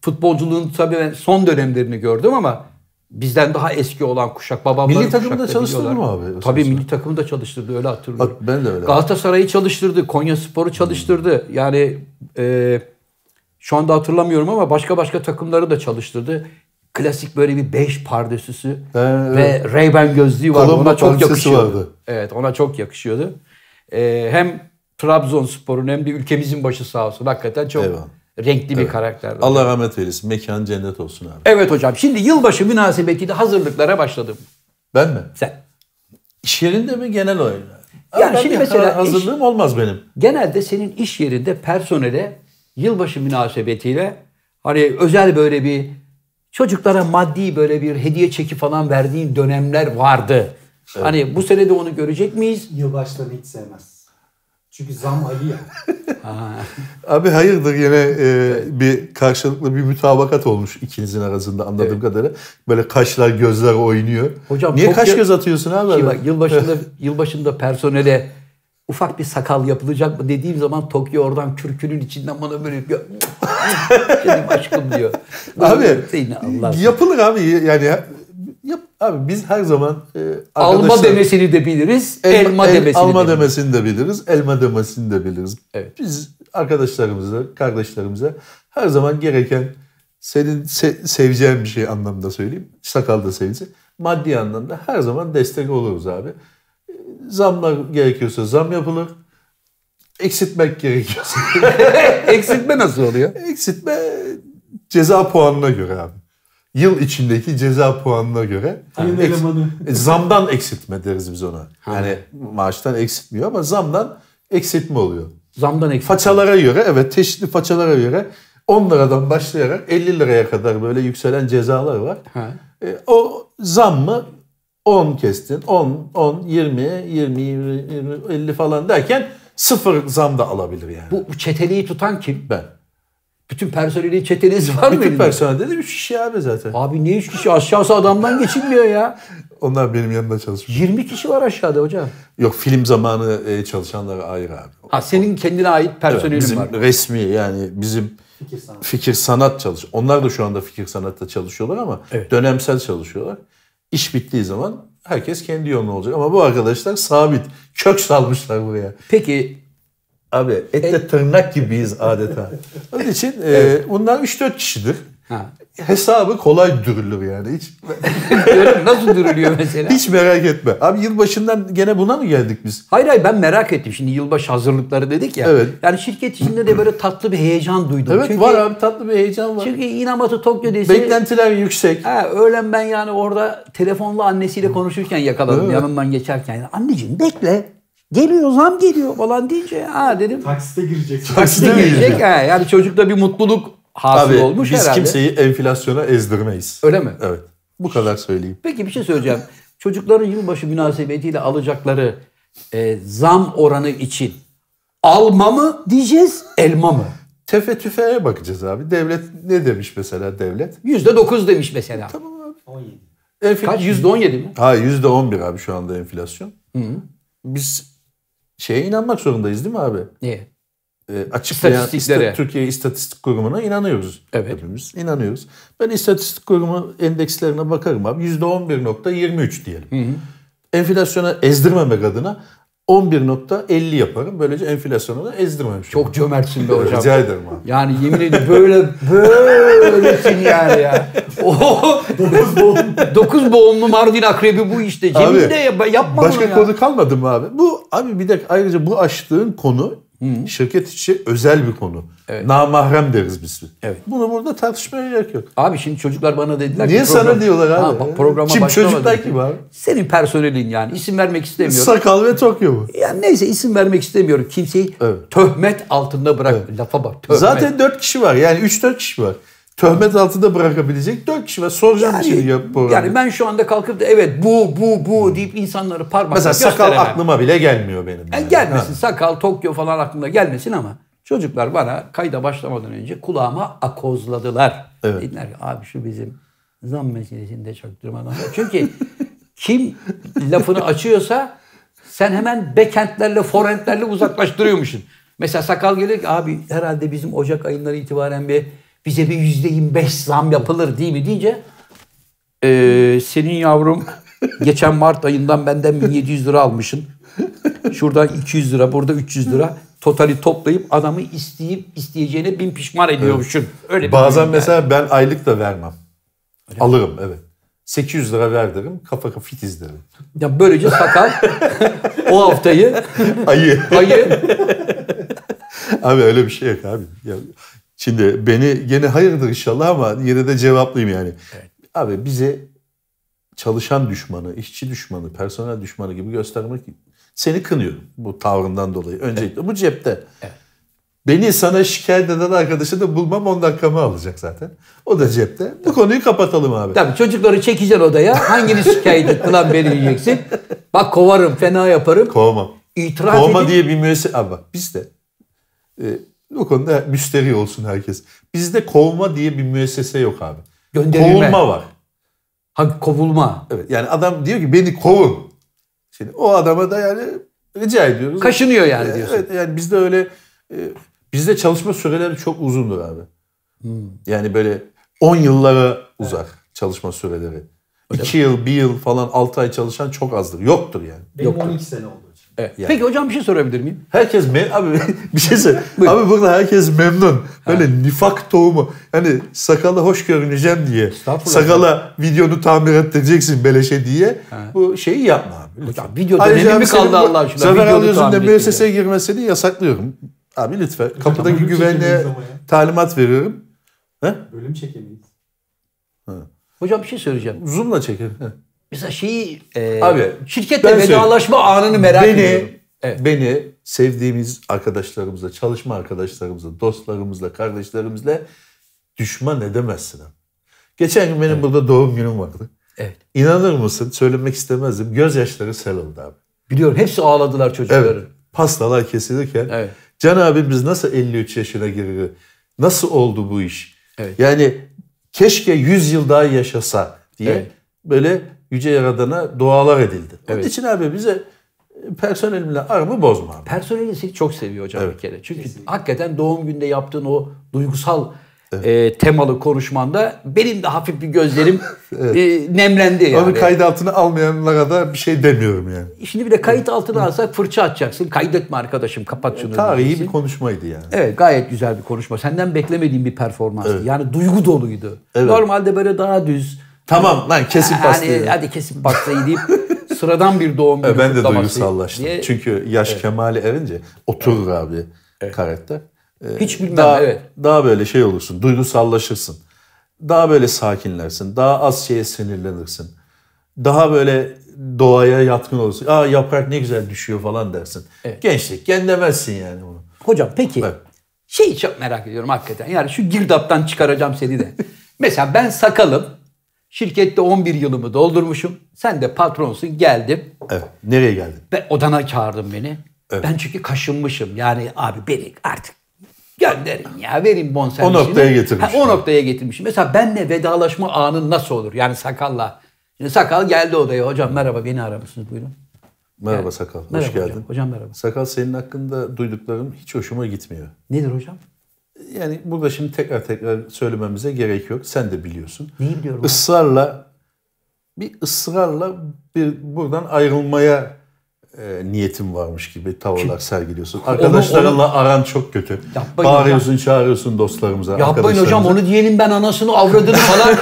[SPEAKER 1] Futbolculuğun tabii ben son dönemlerini gördüm ama bizden daha eski olan kuşak babamların
[SPEAKER 2] Milli takımda
[SPEAKER 1] kuşakları
[SPEAKER 2] çalıştırdı
[SPEAKER 1] biliyorlar.
[SPEAKER 2] mı abi Özkan
[SPEAKER 1] Tabii
[SPEAKER 2] Özkan?
[SPEAKER 1] milli takımda çalıştırdı öyle hatırlıyorum.
[SPEAKER 2] Bak ben de öyle. Hmm.
[SPEAKER 1] Galatasaray'ı çalıştırdı, Konya Spor'u çalıştırdı. Yani e, şu anda hatırlamıyorum ama başka başka takımları da çalıştırdı. Klasik böyle bir beş pardesüsü
[SPEAKER 2] He,
[SPEAKER 1] ve Ray-Ban gözlüğü vardı.
[SPEAKER 2] Kolombo
[SPEAKER 1] Ona çok
[SPEAKER 2] pardesüsü
[SPEAKER 1] yakışıyordu.
[SPEAKER 2] vardı.
[SPEAKER 1] Evet ona çok yakışıyordu. E, hem Trabzonspor'un hem de ülkemizin başı sağ olsun. Hakikaten çok
[SPEAKER 2] Eyvallah.
[SPEAKER 1] renkli bir karakterdi.
[SPEAKER 2] Allah rahmet eylesin. Mekan cennet olsun abi.
[SPEAKER 1] Evet hocam şimdi yılbaşı münasebetiyle hazırlıklara başladım.
[SPEAKER 2] Ben mi?
[SPEAKER 1] Sen.
[SPEAKER 2] İş yerinde mi genel oyun?
[SPEAKER 1] Yani şimdi mesela
[SPEAKER 2] hazırlığım olmaz benim.
[SPEAKER 1] genelde senin iş yerinde personele yılbaşı münasebetiyle hani özel böyle bir çocuklara maddi böyle bir hediye çeki falan verdiğin dönemler vardı. Hani bu sene de onu görecek miyiz?
[SPEAKER 3] Yılbaşlarını hiç sevmez. Çünkü zam ayı ya.
[SPEAKER 2] Abi hayırdır yine e, bir karşılıklı bir mütabakat olmuş ikinizin arasında anladığım kadarıyla. Böyle kaşlar gözler oynuyor.
[SPEAKER 1] Hocam
[SPEAKER 2] Niye
[SPEAKER 1] çok
[SPEAKER 2] kaş
[SPEAKER 1] ya-
[SPEAKER 2] göz atıyorsun abi?
[SPEAKER 1] Şimdi bak yılbaşında yılbaşında personele ufak bir sakal yapılacak mı dediğim zaman Tokyo oradan kürkünün içinden bana böyle bir Benim aşkım diyor.
[SPEAKER 2] Abi
[SPEAKER 1] Seni Allah.
[SPEAKER 2] yapılır abi yani yap, abi biz her zaman e,
[SPEAKER 1] Alma
[SPEAKER 2] arkadaşlar-
[SPEAKER 1] demesini de biliriz, elma,
[SPEAKER 2] El- el-
[SPEAKER 1] demesini
[SPEAKER 2] alma
[SPEAKER 1] de biliriz.
[SPEAKER 2] demesini de biliriz, elma demesini de biliriz.
[SPEAKER 1] Evet.
[SPEAKER 2] Biz arkadaşlarımıza, kardeşlerimize her zaman gereken senin se- seveceğin bir şey anlamında söyleyeyim. Sakal da sevinsin. Maddi anlamda her zaman destek oluruz abi. Ee, Zamlar gerekiyorsa zam yapılır. Eksiltmek gerekiyorsa.
[SPEAKER 1] Eksiltme nasıl oluyor?
[SPEAKER 2] Eksiltme ceza puanına göre abi. Yıl içindeki ceza puanına göre.
[SPEAKER 3] Ayın
[SPEAKER 2] Eks-
[SPEAKER 3] elemanı.
[SPEAKER 2] e, zamdan eksiltme deriz biz ona. Yani maaştan eksiltmiyor ama zamdan eksiltme oluyor.
[SPEAKER 1] Zamdan eksiltme.
[SPEAKER 2] Façalara göre evet çeşitli façalara göre 10 liradan başlayarak 50 liraya kadar böyle yükselen cezalar var.
[SPEAKER 1] Ha.
[SPEAKER 2] E, o zam mı 10 kestin 10, 10, 20, 20, 20, 20, 50 falan derken sıfır zam da alabilir yani. Bu
[SPEAKER 1] Bu bu çeteliği tutan kim?
[SPEAKER 2] ben.
[SPEAKER 1] Bütün personelin çeteliği var mı?
[SPEAKER 2] Bütün
[SPEAKER 1] elinde?
[SPEAKER 2] personel dedi 3 kişi abi zaten.
[SPEAKER 1] Abi ne üç kişi aşağısı adamdan geçilmiyor ya.
[SPEAKER 2] Onlar benim yanımda çalışmış.
[SPEAKER 1] 20 kişi var aşağıda hocam.
[SPEAKER 2] Yok film zamanı e, çalışanlara ayrı abi.
[SPEAKER 1] Ha senin kendine ait personelin
[SPEAKER 2] bizim
[SPEAKER 1] var.
[SPEAKER 2] resmi yani bizim
[SPEAKER 3] Fikir sana.
[SPEAKER 2] fikir sanat çalış. Onlar da şu anda fikir sanatta çalışıyorlar ama dönemsel çalışıyorlar. İş bittiği zaman herkes kendi yoluna olacak. Ama bu arkadaşlar sabit. Kök salmışlar buraya.
[SPEAKER 1] Peki
[SPEAKER 2] Abi etle tırnak gibiyiz adeta. Onun için e, bunlar 3-4 kişidir.
[SPEAKER 1] ha.
[SPEAKER 2] Hesabı kolay dürülür yani. Hiç,
[SPEAKER 1] diyorum, nasıl dürülüyor mesela?
[SPEAKER 2] hiç merak etme. Abi yılbaşından gene buna mı geldik biz?
[SPEAKER 1] Hayır hayır ben merak ettim. Şimdi yılbaşı hazırlıkları dedik ya.
[SPEAKER 2] Evet.
[SPEAKER 1] Yani şirket içinde de böyle tatlı bir heyecan duydum.
[SPEAKER 2] Evet
[SPEAKER 1] çünkü,
[SPEAKER 2] var abi tatlı bir heyecan var.
[SPEAKER 1] Çünkü Inamatı Tokyo dese...
[SPEAKER 2] Beklentiler yüksek.
[SPEAKER 1] Ha, öğlen ben yani orada telefonla annesiyle konuşurken yakaladım yanından geçerken. Yani, Anneciğim bekle. Geliyor zam geliyor falan deyince ha dedim.
[SPEAKER 3] Taksite gireceksin.
[SPEAKER 2] Taksite
[SPEAKER 1] Taksite
[SPEAKER 2] girecek.
[SPEAKER 1] girecek. Ha, yani çocukta bir mutluluk hasıl
[SPEAKER 2] Abi
[SPEAKER 1] olmuş
[SPEAKER 2] biz
[SPEAKER 1] herhalde.
[SPEAKER 2] kimseyi enflasyona ezdirmeyiz.
[SPEAKER 1] Öyle mi?
[SPEAKER 2] Evet. Bu kadar söyleyeyim.
[SPEAKER 1] Peki bir şey söyleyeceğim. Çocukların yılbaşı münasebetiyle alacakları e, zam oranı için alma mı diyeceğiz, elma mı?
[SPEAKER 2] Tefe tüfeğe bakacağız abi. Devlet ne demiş mesela devlet?
[SPEAKER 1] Yüzde dokuz demiş mesela.
[SPEAKER 3] 17.
[SPEAKER 2] Enfl-
[SPEAKER 1] Kaç? Yüzde on yedi mi?
[SPEAKER 2] Ha yüzde on bir abi şu anda enflasyon. Biz şeye inanmak zorundayız değil mi abi?
[SPEAKER 1] Niye?
[SPEAKER 2] E, açıklayan
[SPEAKER 1] İstatistiklere.
[SPEAKER 2] İsta- Türkiye İstatistik Kurumu'na inanıyoruz.
[SPEAKER 1] Evet.
[SPEAKER 2] Hepimiz inanıyoruz. Ben İstatistik Kurumu endekslerine bakarım abi. Yüzde on bir nokta yirmi üç diyelim. Enflasyona ezdirmemek adına 11.50 yaparım. Böylece enflasyonu da ezdirmemiş. olurum.
[SPEAKER 1] Çok cömertsin be hocam.
[SPEAKER 2] Rica ederim abi.
[SPEAKER 1] Yani yemin ediyorum böyle böylesin yani ya. Oho. Dokuz boğumlu. Mardin akrebi bu işte. Cemil
[SPEAKER 2] Abi,
[SPEAKER 1] de yap- yapma
[SPEAKER 2] Başka
[SPEAKER 1] bunu ya.
[SPEAKER 2] konu kalmadı mı abi? Bu abi bir de ayrıca bu açtığın konu şirket içi özel bir konu. Namahrem deriz biz.
[SPEAKER 1] Evet.
[SPEAKER 2] Bunu burada tartışmaya gerek yok.
[SPEAKER 1] Abi şimdi çocuklar bana dediler
[SPEAKER 2] Niye
[SPEAKER 1] ki...
[SPEAKER 2] sana
[SPEAKER 1] program-
[SPEAKER 2] diyorlar abi?
[SPEAKER 1] Ha, bak programa
[SPEAKER 2] Kim
[SPEAKER 1] başlamadı.
[SPEAKER 2] çocuklar kim abi?
[SPEAKER 1] Senin personelin yani. İsim vermek istemiyorum.
[SPEAKER 2] Sakal ve Tokyo mu?
[SPEAKER 1] yani neyse isim vermek istemiyorum. Kimseyi
[SPEAKER 2] Evet.
[SPEAKER 1] töhmet altında bırak. Lafa bak töhmet.
[SPEAKER 2] Zaten 4 kişi var. Yani 3-4 kişi var. Töhmet altında bırakabilecek 4 kişi var. Soracağım bir şey
[SPEAKER 1] yani,
[SPEAKER 2] yok programda.
[SPEAKER 1] yani ben şu anda kalkıp da evet bu bu bu deyip insanları parmakla
[SPEAKER 2] Mesela sakal
[SPEAKER 1] gösteremem.
[SPEAKER 2] aklıma bile gelmiyor benim.
[SPEAKER 1] Yani
[SPEAKER 2] yani.
[SPEAKER 1] E, gelmesin
[SPEAKER 2] Ha.
[SPEAKER 1] sakal, Tokyo falan aklımda gelmesin ama çocuklar bana kayda başlamadan önce kulağıma akozladılar.
[SPEAKER 2] Evet.
[SPEAKER 1] Dediler ki abi şu bizim zam meselesinde çok durmadan. Çünkü kim lafını açıyorsa sen hemen bekentlerle, forentlerle uzaklaştırıyormuşsun. Mesela sakal gelir ki abi herhalde bizim Ocak ayından itibaren bir bize bir yüzde yirmi beş zam yapılır değil mi deyince ee, senin yavrum geçen Mart ayından benden 1700 lira almışsın. Şuradan 200 lira, burada 300 lira. Totali toplayıp adamı isteyip isteyeceğine bin pişman ediyormuşsun. Öyle bir
[SPEAKER 2] Bazen
[SPEAKER 1] oyun yani.
[SPEAKER 2] mesela ben aylık da vermem. Alırım evet. 800 lira ver derim. Kafa kafa fitiz derim.
[SPEAKER 1] Ya böylece sakal o haftayı
[SPEAKER 2] Ayı.
[SPEAKER 1] ayı
[SPEAKER 2] abi öyle bir şey yok abi. Ya, şimdi beni gene hayırdır inşallah ama yine de cevaplayayım yani. Abi bize çalışan düşmanı, işçi düşmanı, personel düşmanı gibi göstermek seni kınıyorum bu tavrından dolayı. Öncelikle bu cepte. Beni sana şikayet eden arkadaşı da bulmam 10 dakikamı alacak zaten. O da cepte. Bu konuyu kapatalım abi.
[SPEAKER 1] Tabii çocukları çekeceksin odaya. Hangini şikayet ettin lan beni yiyeceksin. Bak kovarım, fena yaparım.
[SPEAKER 2] Kovma.
[SPEAKER 1] İtiraz
[SPEAKER 2] Kovma
[SPEAKER 1] edip
[SPEAKER 2] diye bir müessese... Abi bak biz de e, bu konuda müsteri olsun herkes. Bizde kovma diye bir müessese yok abi.
[SPEAKER 1] gönderilme.
[SPEAKER 2] Kovulma var.
[SPEAKER 1] Ha, kovulma.
[SPEAKER 2] Evet yani adam diyor ki beni kovun. Şimdi o adama da yani rica ediyoruz. E,
[SPEAKER 1] Kaşınıyor yani diyorsun.
[SPEAKER 2] Evet yani bizde öyle e, bizde çalışma süreleri çok uzundur abi.
[SPEAKER 1] Hmm.
[SPEAKER 2] Yani böyle 10 yıllara uzar çalışma süreleri. 2 yıl, 1 yıl falan 6 ay çalışan çok azdır. Yoktur yani.
[SPEAKER 3] Benim
[SPEAKER 1] Yok.
[SPEAKER 3] 12 sene oldu hocam.
[SPEAKER 1] Evet. Peki hocam bir şey sorabilir miyim?
[SPEAKER 2] Herkes mem abi bir şey söyle. Abi burada herkes memnun. Böyle nifak tohumu. Hani sakala hoş görüneceğim diye.
[SPEAKER 1] Estağfurullah.
[SPEAKER 2] Sakala videonu tamir ettireceksin beleşe diye. Bu şeyi yapma abi. lütfen.
[SPEAKER 1] Hocam videoda ne mi
[SPEAKER 2] abi senin
[SPEAKER 1] kaldı
[SPEAKER 2] bu
[SPEAKER 1] Allah aşkına?
[SPEAKER 2] Zafer
[SPEAKER 1] Videoda
[SPEAKER 2] Alıyorsun da
[SPEAKER 1] tahmin
[SPEAKER 2] müesseseye girmesini yasaklıyorum. Abi lütfen. Kapıdaki
[SPEAKER 3] bunu
[SPEAKER 2] güvenliğe
[SPEAKER 3] çekemeyiz ama ya.
[SPEAKER 2] talimat veriyorum.
[SPEAKER 3] Bölüm çekemeyiz.
[SPEAKER 1] Hocam bir şey söyleyeceğim.
[SPEAKER 2] Zoom'la çekin.
[SPEAKER 1] Mesela şeyi e,
[SPEAKER 2] Abi,
[SPEAKER 1] şirketle
[SPEAKER 2] ben söyleyeyim.
[SPEAKER 1] vedalaşma anını merak ediyorum.
[SPEAKER 2] Beni,
[SPEAKER 1] Evet.
[SPEAKER 2] beni sevdiğimiz arkadaşlarımızla, çalışma arkadaşlarımızla, dostlarımızla, kardeşlerimizle düşman edemezsin. abi. Geçen gün benim burada doğum günüm vardı.
[SPEAKER 1] Evet.
[SPEAKER 2] İnanır mısın? Söylemek istemezdim. Gözyaşları sel oldu abi.
[SPEAKER 1] Biliyorum hepsi ağladılar
[SPEAKER 2] Evet.
[SPEAKER 1] çocukları.
[SPEAKER 2] Pastalar kesilirken.
[SPEAKER 1] Evet.
[SPEAKER 2] Can abimiz nasıl 53 yaşına giriyor? Nasıl oldu bu iş?
[SPEAKER 1] Evet.
[SPEAKER 2] Yani keşke 100 yıl daha yaşasa diye
[SPEAKER 1] Evet.
[SPEAKER 2] böyle Yüce Yaradan'a dualar edildi. Onun
[SPEAKER 1] Evet.
[SPEAKER 2] için abi bize personelimle aramı bozma abi.
[SPEAKER 1] Personeli seni çok seviyor hocam
[SPEAKER 2] Evet.
[SPEAKER 1] bir kere. Çünkü hakikaten doğum günde yaptığın o duygusal e, temalı konuşmanda benim de hafif bir gözlerim e, nemlendi. Yani.
[SPEAKER 2] Onu kayıt altına almayanlara da bir şey demiyorum yani.
[SPEAKER 1] Şimdi bir de kayıt altına alsak fırça atacaksın. Kaydetme arkadaşım kapat şunu.
[SPEAKER 2] Tarihi
[SPEAKER 1] diyeceksin.
[SPEAKER 2] bir konuşmaydı yani.
[SPEAKER 1] Evet gayet güzel bir konuşma. Senden beklemediğim bir performanstı. Yani duygu doluydu.
[SPEAKER 2] Evet.
[SPEAKER 1] Normalde böyle daha düz.
[SPEAKER 2] Tamam lan kesin pastayı.
[SPEAKER 1] Hani, hadi kesin pastayı deyip sıradan bir doğum günü
[SPEAKER 2] E, ben de
[SPEAKER 1] kutlaması
[SPEAKER 2] duygusallaştım.
[SPEAKER 1] şey diye
[SPEAKER 2] Çünkü yaş kemale erince oturur abi karakter. E,
[SPEAKER 1] Hiç bilmem,
[SPEAKER 2] daha,
[SPEAKER 1] evet.
[SPEAKER 2] Daha böyle şey olursun, duygusallaşırsın. Daha böyle sakinlersin, daha az şeye sinirlenirsin. Daha böyle doğaya yatkın olursun. Aa yaprak ne güzel düşüyor falan dersin. Gençlikken demezsin yani bunu.
[SPEAKER 1] Hocam peki
[SPEAKER 2] Evet.
[SPEAKER 1] şeyi çok merak ediyorum hakikaten. Yani şu girdaptan çıkaracağım seni de. Mesela ben sakalım. Şirkette 11 yılımı doldurmuşum. Sen de patronsun geldim.
[SPEAKER 2] Evet. Nereye geldin?
[SPEAKER 1] Ve odana çağırdın beni.
[SPEAKER 2] Evet.
[SPEAKER 1] Ben çünkü kaşınmışım. Yani abi beni artık gönderin ya verin bonservisini.
[SPEAKER 2] O noktaya getirmiş.
[SPEAKER 1] Ha, o noktaya getirmişim. Mesela benle vedalaşma anı nasıl olur? Yani sakalla. Şimdi sakal geldi odaya. Hocam merhaba beni aramışsınız buyurun.
[SPEAKER 2] Merhaba Sakal, hoş
[SPEAKER 1] merhaba
[SPEAKER 2] geldin.
[SPEAKER 1] hocam, hocam merhaba.
[SPEAKER 2] Sakal senin hakkında duyduklarım hiç hoşuma gitmiyor.
[SPEAKER 1] Nedir hocam?
[SPEAKER 2] Yani burada şimdi tekrar tekrar söylememize gerek yok. Sen de biliyorsun.
[SPEAKER 1] Neyi biliyorum abi?
[SPEAKER 2] Israrla bir ısrarla bir buradan ayrılmaya e, niyetim varmış gibi tavırlar sergiliyorsun. Arkadaşlarınla aran çok kötü.
[SPEAKER 1] Yapmayın
[SPEAKER 2] Bağırıyorsun, çağırıyorsun dostlarımıza,
[SPEAKER 1] Yapmayın
[SPEAKER 2] arkadaşlarımıza.
[SPEAKER 1] hocam onu diyelim ben anasını avradını falan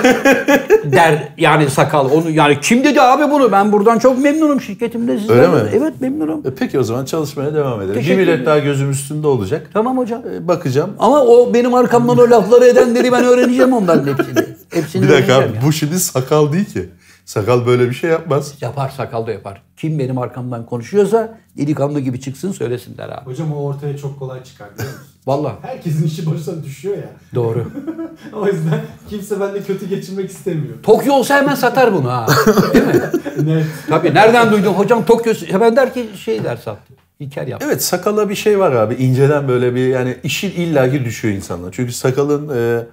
[SPEAKER 1] der yani sakal. Onu yani kim dedi abi bunu? Ben buradan çok memnunum şirketimde sizden.
[SPEAKER 2] Öyle mi?
[SPEAKER 1] Evet memnunum.
[SPEAKER 2] E, Peki o zaman çalışmaya devam edelim.
[SPEAKER 1] Teşekkür
[SPEAKER 2] bir
[SPEAKER 1] ederim.
[SPEAKER 2] millet daha gözüm üstünde olacak.
[SPEAKER 1] Tamam hocam.
[SPEAKER 2] E, bakacağım.
[SPEAKER 1] Ama o benim arkamdan o lafları edenleri ben öğreneceğim onların hepsini. Hepsini
[SPEAKER 2] Bir dakika
[SPEAKER 1] öğreneceğim
[SPEAKER 2] abi,
[SPEAKER 1] ya.
[SPEAKER 2] bu şimdi sakal değil ki. Sakal böyle bir şey yapmaz.
[SPEAKER 1] Yapar sakal da yapar. Kim benim arkamdan konuşuyorsa delikanlı gibi çıksın söylesin der abi.
[SPEAKER 3] Hocam o ortaya çok kolay çıkar biliyor musun?
[SPEAKER 1] Vallahi
[SPEAKER 3] Herkesin işi başına düşüyor ya.
[SPEAKER 1] doğru.
[SPEAKER 3] o yüzden kimse benimle kötü geçinmek istemiyor.
[SPEAKER 1] Tokyo olsa hemen satar bunu ha. Değil mi?
[SPEAKER 3] Net.
[SPEAKER 1] Tabii nereden duydun hocam Tokyo hemen der ki şey der sattı. İlker yaptı.
[SPEAKER 2] Evet sakala bir şey var abi. İnceden böyle bir yani işin illaki düşüyor insanlar. Çünkü sakalın e,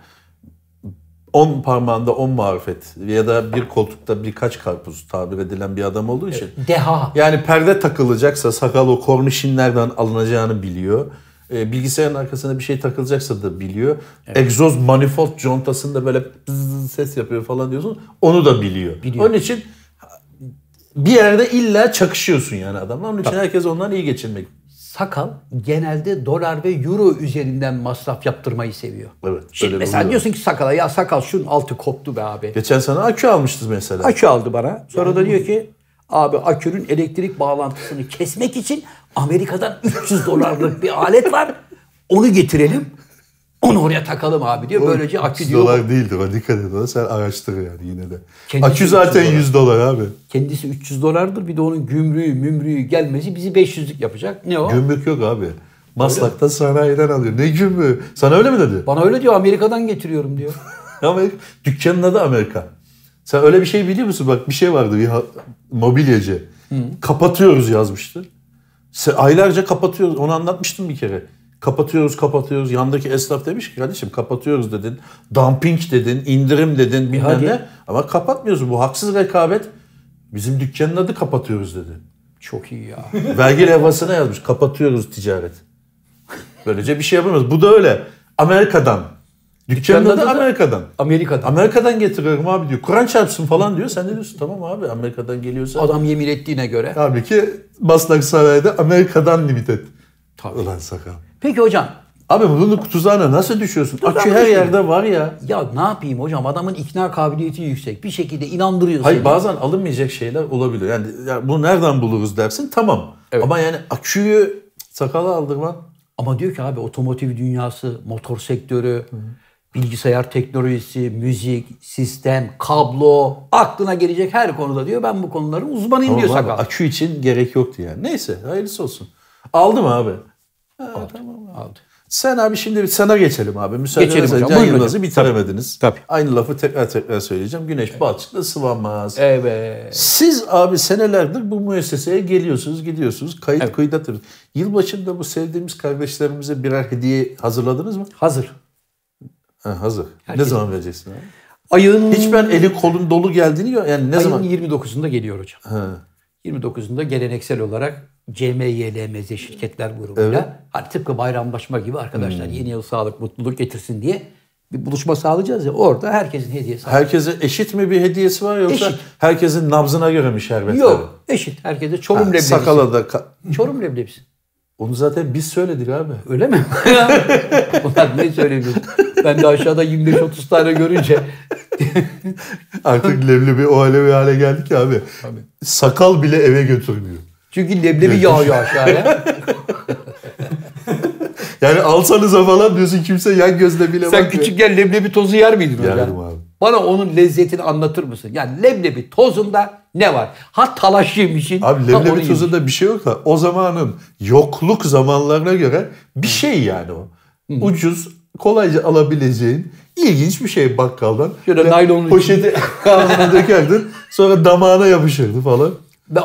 [SPEAKER 2] 10 parmağında 10 marifet ya da bir koltukta birkaç karpuz tabir edilen bir adam olduğu için.
[SPEAKER 1] Deha.
[SPEAKER 2] Yani perde takılacaksa sakal o kornişinlerden alınacağını biliyor. Ee, Bilgisayarın arkasına bir şey takılacaksa da biliyor. Egzoz manifold contasında böyle pızz ses yapıyor falan diyorsun. Onu da biliyor. Onun için bir yerde illa çakışıyorsun yani adamla. Onun için herkes ondan iyi geçinmek.
[SPEAKER 1] Sakal genelde dolar ve euro üzerinden masraf yaptırmayı seviyor.
[SPEAKER 2] Evet,
[SPEAKER 1] Şimdi Şey,
[SPEAKER 2] öyle bir
[SPEAKER 1] mesela
[SPEAKER 2] huyu var.
[SPEAKER 1] diyorsun ki sakala ya sakal şunun altı koptu be abi.
[SPEAKER 2] Geçen sene akü almıştız mesela.
[SPEAKER 1] Akü aldı bana. Sonra da diyor ki abi akünün elektrik bağlantısını kesmek için Amerika'dan 300 dolarlık bir alet var. Onu getirelim. Onu oraya takalım abi diyor. Böylece akü
[SPEAKER 2] 300
[SPEAKER 1] diyor.
[SPEAKER 2] dolar değildir o dikkat et ona sen araştır yani yine de.
[SPEAKER 1] Kendisi
[SPEAKER 2] Akü zaten
[SPEAKER 1] 300
[SPEAKER 2] 100 dolar abi.
[SPEAKER 1] Kendisi 300 dolardır. Bir de onun gümrüğü mümrüğü gelmesi bizi 500'lük yapacak. Ne o?
[SPEAKER 2] Gümrük yok abi. Maslak'ta sanayiden alıyor. Ne gümrüğü? Sana öyle mi dedi?
[SPEAKER 1] Bana öyle diyor Amerika'dan getiriyorum diyor.
[SPEAKER 2] Ama dükkanın adı Amerika. Sen öyle bir şey biliyor musun? Bak bir şey vardı bir ha- mobilyacı. Kapatıyoruz yazmıştı. Se- Aylarca kapatıyoruz. Onu anlatmıştım bir kere. Kapatıyoruz kapatıyoruz. Yandaki esnaf demiş ki kardeşim kapatıyoruz dedin. Dumping dedin. indirim dedin. Bilmem
[SPEAKER 1] hadi.
[SPEAKER 2] ne. Ama kapatmıyoruz. Bu haksız rekabet. Bizim dükkanın adı kapatıyoruz dedi.
[SPEAKER 1] Çok iyi ya.
[SPEAKER 2] Vergi levhasına yazmış. Kapatıyoruz ticaret. Böylece bir şey yapamıyoruz. Bu da öyle. Amerika'dan. Dükkanın
[SPEAKER 1] Dükkanın
[SPEAKER 2] adı
[SPEAKER 1] adı da-
[SPEAKER 2] Amerika'dan.
[SPEAKER 1] Amerika'dan.
[SPEAKER 2] Amerika'dan getiriyorum abi diyor. Kur'an çarpsın falan diyor. Sen de diyorsun tamam abi Amerika'dan geliyorsa.
[SPEAKER 1] Adam yemin ettiğine göre.
[SPEAKER 2] Tabii ki Maslak Saray'da Amerika'dan limited.
[SPEAKER 1] Tabii.
[SPEAKER 2] Ulan sakal.
[SPEAKER 1] Peki hocam
[SPEAKER 2] Abi bunun tuzağına nasıl düşüyorsun? Akü her
[SPEAKER 1] düşüyorum.
[SPEAKER 2] yerde var ya.
[SPEAKER 1] ya ne yapayım hocam adamın ikna kabiliyeti yüksek. Bir şekilde inandırıyor
[SPEAKER 2] Hayır
[SPEAKER 1] seni.
[SPEAKER 2] bazen alınmayacak şeyler olabilir. Yani ya bunu nereden buluruz dersin tamam. Ama yani aküyü sakala aldırman
[SPEAKER 1] Ama diyor ki abi otomotiv dünyası, motor sektörü, bilgisayar teknolojisi, müzik, sistem, kablo, aklına gelecek her konuda diyor ben bu konuların uzmanıyım
[SPEAKER 2] Tamam
[SPEAKER 1] diyor
[SPEAKER 2] abi,
[SPEAKER 1] sakal.
[SPEAKER 2] akü için gerek yoktu yani. Neyse hayırlısı olsun. Aldım abi.
[SPEAKER 1] Aldı.
[SPEAKER 2] Sen abi şimdi bir sana geçelim abi. Müsaade
[SPEAKER 1] Geçelim
[SPEAKER 2] edersen
[SPEAKER 1] hocam,
[SPEAKER 2] Can
[SPEAKER 1] buyurun
[SPEAKER 2] Yılmaz'ı
[SPEAKER 1] hocam.
[SPEAKER 2] bitiremediniz.
[SPEAKER 1] Tabii.
[SPEAKER 2] Aynı lafı tekrar tekrar söyleyeceğim. Güneş balçıkla sıvanmaz.
[SPEAKER 1] Evet.
[SPEAKER 2] Siz abi senelerdir bu müesseseye geliyorsunuz, gidiyorsunuz. Kayıt kuyuda atıyorsunuz. Yılbaşında bu sevdiğimiz kardeşlerimize birer hediye hazırladınız mı?
[SPEAKER 1] Hazır.
[SPEAKER 2] Ha, hazır.
[SPEAKER 1] Herkes-
[SPEAKER 2] Ne zaman vereceksin abi?
[SPEAKER 1] Ayın
[SPEAKER 2] Hiç ben eli kolun dolu geldiğini gör- yani ne
[SPEAKER 1] ayın
[SPEAKER 2] zaman?
[SPEAKER 1] 29'unda geliyor hocam.
[SPEAKER 2] Ha.
[SPEAKER 1] 29'unda geleneksel olarak CMYLMZ şirketler grubuyla hani tıpkı bayramlaşma gibi arkadaşlar yeni yıl sağlık mutluluk getirsin diye bir buluşma sağlayacağız ya orada herkesin hediyesi.
[SPEAKER 2] Herkese eşit mi bir hediyesi var yoksa
[SPEAKER 1] Eşit.
[SPEAKER 2] herkesin nabzına göre mi şerbetleri?
[SPEAKER 1] Yok eşit herkese çorum
[SPEAKER 2] Ha,
[SPEAKER 1] leblebisi.
[SPEAKER 2] Sakala da ka-
[SPEAKER 1] Çorum leblebisi.
[SPEAKER 2] Onu zaten biz söyledik abi.
[SPEAKER 1] Öyle mi? Bunlar ne söylemiyorsun? Ben de aşağıda 25-30 tane görünce
[SPEAKER 2] Artık leblebi o hale bir hale geldik ya abi. Sakal bile eve götürmüyor.
[SPEAKER 1] çünkü leblebi yağıyor aşağıya.
[SPEAKER 2] Yani alsanıza falan diyorsun kimse yan gözle bile
[SPEAKER 1] Sen küçükken leblebi tozu yer miydin hocam?
[SPEAKER 2] Yerdim abi.
[SPEAKER 1] Bana onun lezzetini anlatır mısın? Yani leblebi tozunda ne var? Ha talaş yemişsin.
[SPEAKER 2] Abi
[SPEAKER 1] ha onu
[SPEAKER 2] leblebi
[SPEAKER 1] yemişsin.
[SPEAKER 2] tozunda bir şey yok da o zamanın yokluk zamanlarına göre bir şey yani o. Ucuz, kolayca alabileceğin ilginç bir şey bakkaldan.
[SPEAKER 1] Şöyle
[SPEAKER 2] Ve
[SPEAKER 1] naylonun içine.
[SPEAKER 2] Poşeti ağzına dökerdin sonra damağına yapışırdı falan.
[SPEAKER 1] Ben-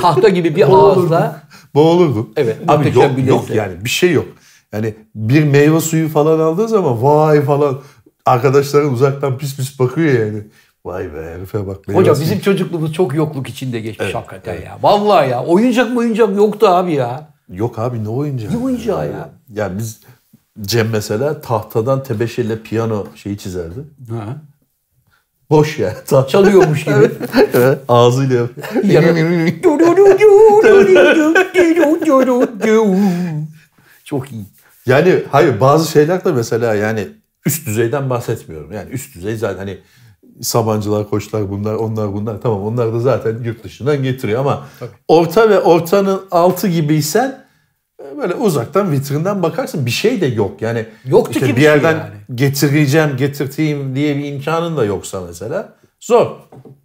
[SPEAKER 1] Tahta gibi bir
[SPEAKER 2] Boğulurdum.
[SPEAKER 1] ağızla
[SPEAKER 2] Boğulurdum.
[SPEAKER 1] Evet,
[SPEAKER 2] Abi
[SPEAKER 1] muhteşem
[SPEAKER 2] yok,
[SPEAKER 1] bir
[SPEAKER 2] yok
[SPEAKER 1] lezzet.
[SPEAKER 2] yani bir şey yok. Yani bir meyve suyu falan aldığın zaman vay falan. Arkadaşların uzaktan pis pis bakıyor yani. Vay be herife bak. meyve
[SPEAKER 1] Hocam
[SPEAKER 2] suyu.
[SPEAKER 1] bizim çocukluğumuz çok yokluk içinde geçmiş hakikaten ya. Vallahi ya. Oyuncak mı oyuncak yoktu abi ya.
[SPEAKER 2] Yok abi ne oyuncağı?
[SPEAKER 1] Ne oyuncağı ya?
[SPEAKER 2] Ya biz Cem mesela tahtadan tebeşirle piyano şeyi çizerdi.
[SPEAKER 1] Ha.
[SPEAKER 2] Boş ya. Tahta.
[SPEAKER 1] Çalıyormuş gibi.
[SPEAKER 2] Evet, Ağzıyla yapıyor.
[SPEAKER 1] Çok iyi.
[SPEAKER 2] Yani hayır bazı şeyler de mesela yani üst düzeyden bahsetmiyorum. Yani üst düzey zaten hani Sabancılar, Koçlar bunlar, onlar bunlar. Tamam onlar da zaten yurt dışından getiriyor ama orta ve ortanın altı gibiysen e, böyle uzaktan vitrinden bakarsın bir şey de yok. Yani
[SPEAKER 1] Yoktu
[SPEAKER 2] işte
[SPEAKER 1] ki bir
[SPEAKER 2] bir
[SPEAKER 1] şey
[SPEAKER 2] yerden
[SPEAKER 1] yani.
[SPEAKER 2] getireceğim, getirteyim diye bir imkanın da yoksa mesela zor.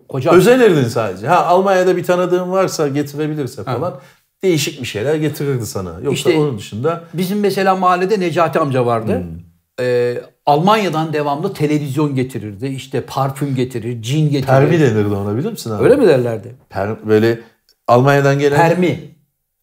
[SPEAKER 1] Hocam
[SPEAKER 2] Özenirdin sadece. Ha Almanya'da bir tanıdığın varsa getirebilirse falan değişik bir şeyler getirirdi sana. Yoksa
[SPEAKER 1] İşte-
[SPEAKER 2] onun dışında
[SPEAKER 1] bizim mesela mahallede Necati amca vardı.
[SPEAKER 2] Hmm.
[SPEAKER 1] Ee, Almanya'dan devamlı televizyon getirirdi. İşte parfüm getirir, cin getirir.
[SPEAKER 2] Permi denirdi ona bilir misin abi?
[SPEAKER 1] Öyle mi derlerdi?
[SPEAKER 2] Per- böyle Almanya'dan gelen
[SPEAKER 1] Permi.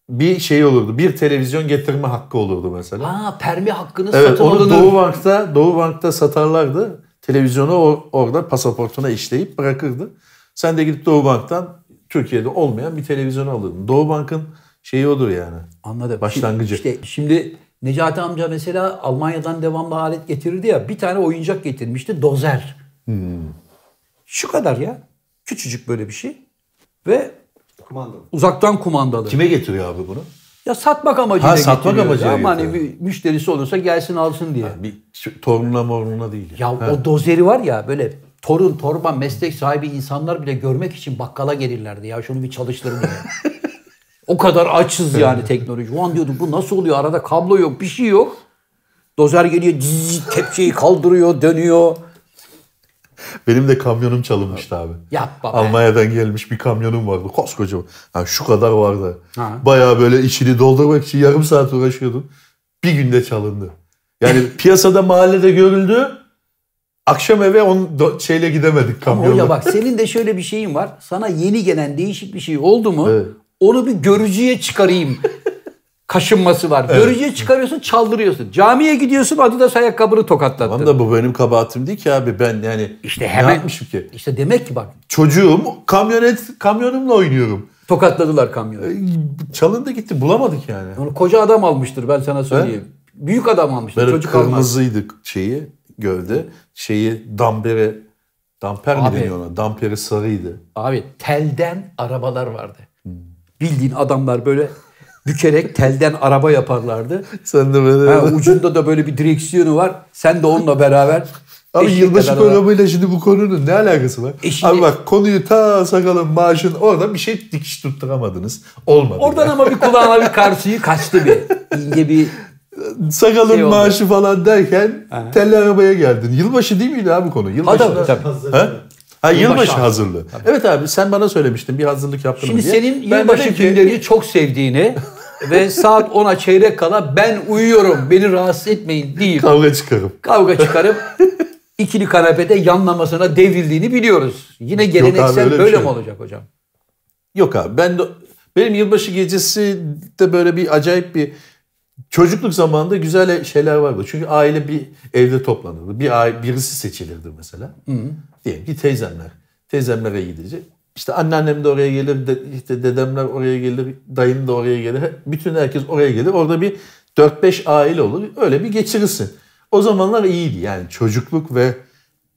[SPEAKER 2] bir şey olurdu. Bir televizyon getirme hakkı olurdu mesela.
[SPEAKER 1] Aa permi hakkını
[SPEAKER 2] evet
[SPEAKER 1] satın
[SPEAKER 2] onu
[SPEAKER 1] alınır.
[SPEAKER 2] Doğu Bank'ta, Doğu Bank'ta satarlardı. Televizyonu or- orada pasaportuna işleyip bırakırdı. Sen de gidip Doğu Bank'tan Türkiye'de olmayan bir televizyon alırdın. Doğu Bank'ın şeyi odur yani.
[SPEAKER 1] Anladım.
[SPEAKER 2] Başlangıcı.
[SPEAKER 1] Şimdi, işte şimdi Necati amca mesela Almanya'dan devamlı alet getirirdi ya. Bir tane oyuncak getirmişti. Dozer.
[SPEAKER 2] Hmm.
[SPEAKER 1] Şu kadar ya. Küçücük böyle bir şey. Ve
[SPEAKER 3] Kumandalı.
[SPEAKER 1] uzaktan kumandalı.
[SPEAKER 2] Kime getiriyor abi bunu?
[SPEAKER 1] Ya satmak amacıyla
[SPEAKER 2] Ha, satmak
[SPEAKER 1] getiriyor
[SPEAKER 2] amacıyla
[SPEAKER 1] Ama hani
[SPEAKER 2] getiriyor.
[SPEAKER 1] bir müşterisi olursa gelsin alsın diye.
[SPEAKER 2] Bir şu- torununa morununa değil.
[SPEAKER 1] Ya o dozeri var ya böyle torun, torba, meslek sahibi insanlar bile görmek için bakkala gelirlerdi. Ya şunu bir çalıştırın diye. o kadar açız yani teknoloji. Ulan diyordum bu nasıl oluyor? Arada kablo yok, bir şey yok. Dozer geliyor, zzz, tepçeyi kaldırıyor, dönüyor.
[SPEAKER 2] Benim de kamyonum çalınmıştı abi.
[SPEAKER 1] Yapma be.
[SPEAKER 2] Almanya'dan gelmiş bir kamyonum vardı. Koskoca. Ha, şu kadar vardı.
[SPEAKER 1] Ha.
[SPEAKER 2] Bayağı böyle içini doldurmak için yarım saat uğraşıyordum. Bir günde çalındı. Yani piyasada mahallede görüldü. Akşam eve onu do- şeyle gidemedik
[SPEAKER 1] Ama hoca
[SPEAKER 2] kamyonla.
[SPEAKER 1] bak senin de şöyle bir şeyin var. Sana yeni gelen değişik bir şey oldu mu
[SPEAKER 2] Evet.
[SPEAKER 1] onu bir görücüye çıkarayım. Kaşınması var. Görücüye çıkarıyorsun çaldırıyorsun. Camiye gidiyorsun Adidas ayakkabını tokatlattın.
[SPEAKER 2] Tamam da bu benim kabahatim değil ki abi. Ben yani
[SPEAKER 1] İşte
[SPEAKER 2] ne
[SPEAKER 1] hemen-
[SPEAKER 2] yapmışım ki?
[SPEAKER 1] İşte demek ki bak
[SPEAKER 2] Çocuğum kamyonet kamyonumla oynuyorum.
[SPEAKER 1] tokatladılar kamyonu.
[SPEAKER 2] E, Çalındı gitti bulamadık yani.
[SPEAKER 1] Onu koca adam almıştır ben sana söyleyeyim. Büyük adam almıştır.
[SPEAKER 2] Böyle
[SPEAKER 1] Çocuk almaz.
[SPEAKER 2] kırmızıydı şeyi gövde. Şeyi dampere damper mi
[SPEAKER 1] Abi.
[SPEAKER 2] deniyor ona? Damperi sarıydı.
[SPEAKER 1] Abi telden arabalar vardı.
[SPEAKER 2] Hmm.
[SPEAKER 1] Bildiğin adamlar böyle bükerek telden araba yaparlardı.
[SPEAKER 2] Sen de böyle...
[SPEAKER 1] Ha, ucunda da böyle bir direksiyonu var. Sen de onunla beraber.
[SPEAKER 2] Abi
[SPEAKER 1] eşek
[SPEAKER 2] yılbaşı
[SPEAKER 1] kadar araba-
[SPEAKER 2] programıyla şimdi bu konunun ne alakası var?
[SPEAKER 1] E şimdi-
[SPEAKER 2] Abi bak konuyu ta sakalın maaşın orada bir şey dikiş tutturamadınız. Olmadı.
[SPEAKER 1] Oradan
[SPEAKER 2] yani.
[SPEAKER 1] ama bir kulağına bir karşıyı kaçtı bir. İnce bir
[SPEAKER 2] Sakalın
[SPEAKER 1] şey oldu.
[SPEAKER 2] maaşı falan derken telli arabaya geldin. Yılbaşı değil miydi abi konu? Yılbaşı
[SPEAKER 1] adam. Tabii.
[SPEAKER 3] Hazır.
[SPEAKER 2] Ha? Ha, yılbaşı,
[SPEAKER 1] Yılbaşı
[SPEAKER 2] hazırlığı. Evet abi sen bana söylemiştin bir hazırlık yaptın
[SPEAKER 1] Şimdi
[SPEAKER 2] diye.
[SPEAKER 1] senin
[SPEAKER 2] Ben
[SPEAKER 1] yılbaşı
[SPEAKER 2] dedim ki-
[SPEAKER 1] günlerini çok sevdiğini ve saat 10'a çeyrek kala ben uyuyorum beni rahatsız etmeyin deyip
[SPEAKER 2] Kavga çıkarım.
[SPEAKER 1] kavga çıkarıp ikili kanepede yanlamasına devrildiğini biliyoruz. Yine geleneksel
[SPEAKER 2] öyle bir
[SPEAKER 1] böyle
[SPEAKER 2] şey
[SPEAKER 1] mi
[SPEAKER 2] yok.
[SPEAKER 1] olacak hocam?
[SPEAKER 2] Yok abi ben de benim yılbaşı gecesi de böyle bir acayip bir çocukluk zamanında güzel şeyler vardı. Çünkü aile bir evde toplanırdı. Bir aile, birisi seçilirdi mesela. Diyelim ki teyzemler. Teyzemlere gidecek. İşte anneannem de oraya gelir, de, işte dedemler oraya gelir, dayım da oraya gelir. Bütün herkes oraya gelir. Orada bir 4-5 aile olur. Öyle bir geçirirsin. O zamanlar iyiydi yani çocukluk ve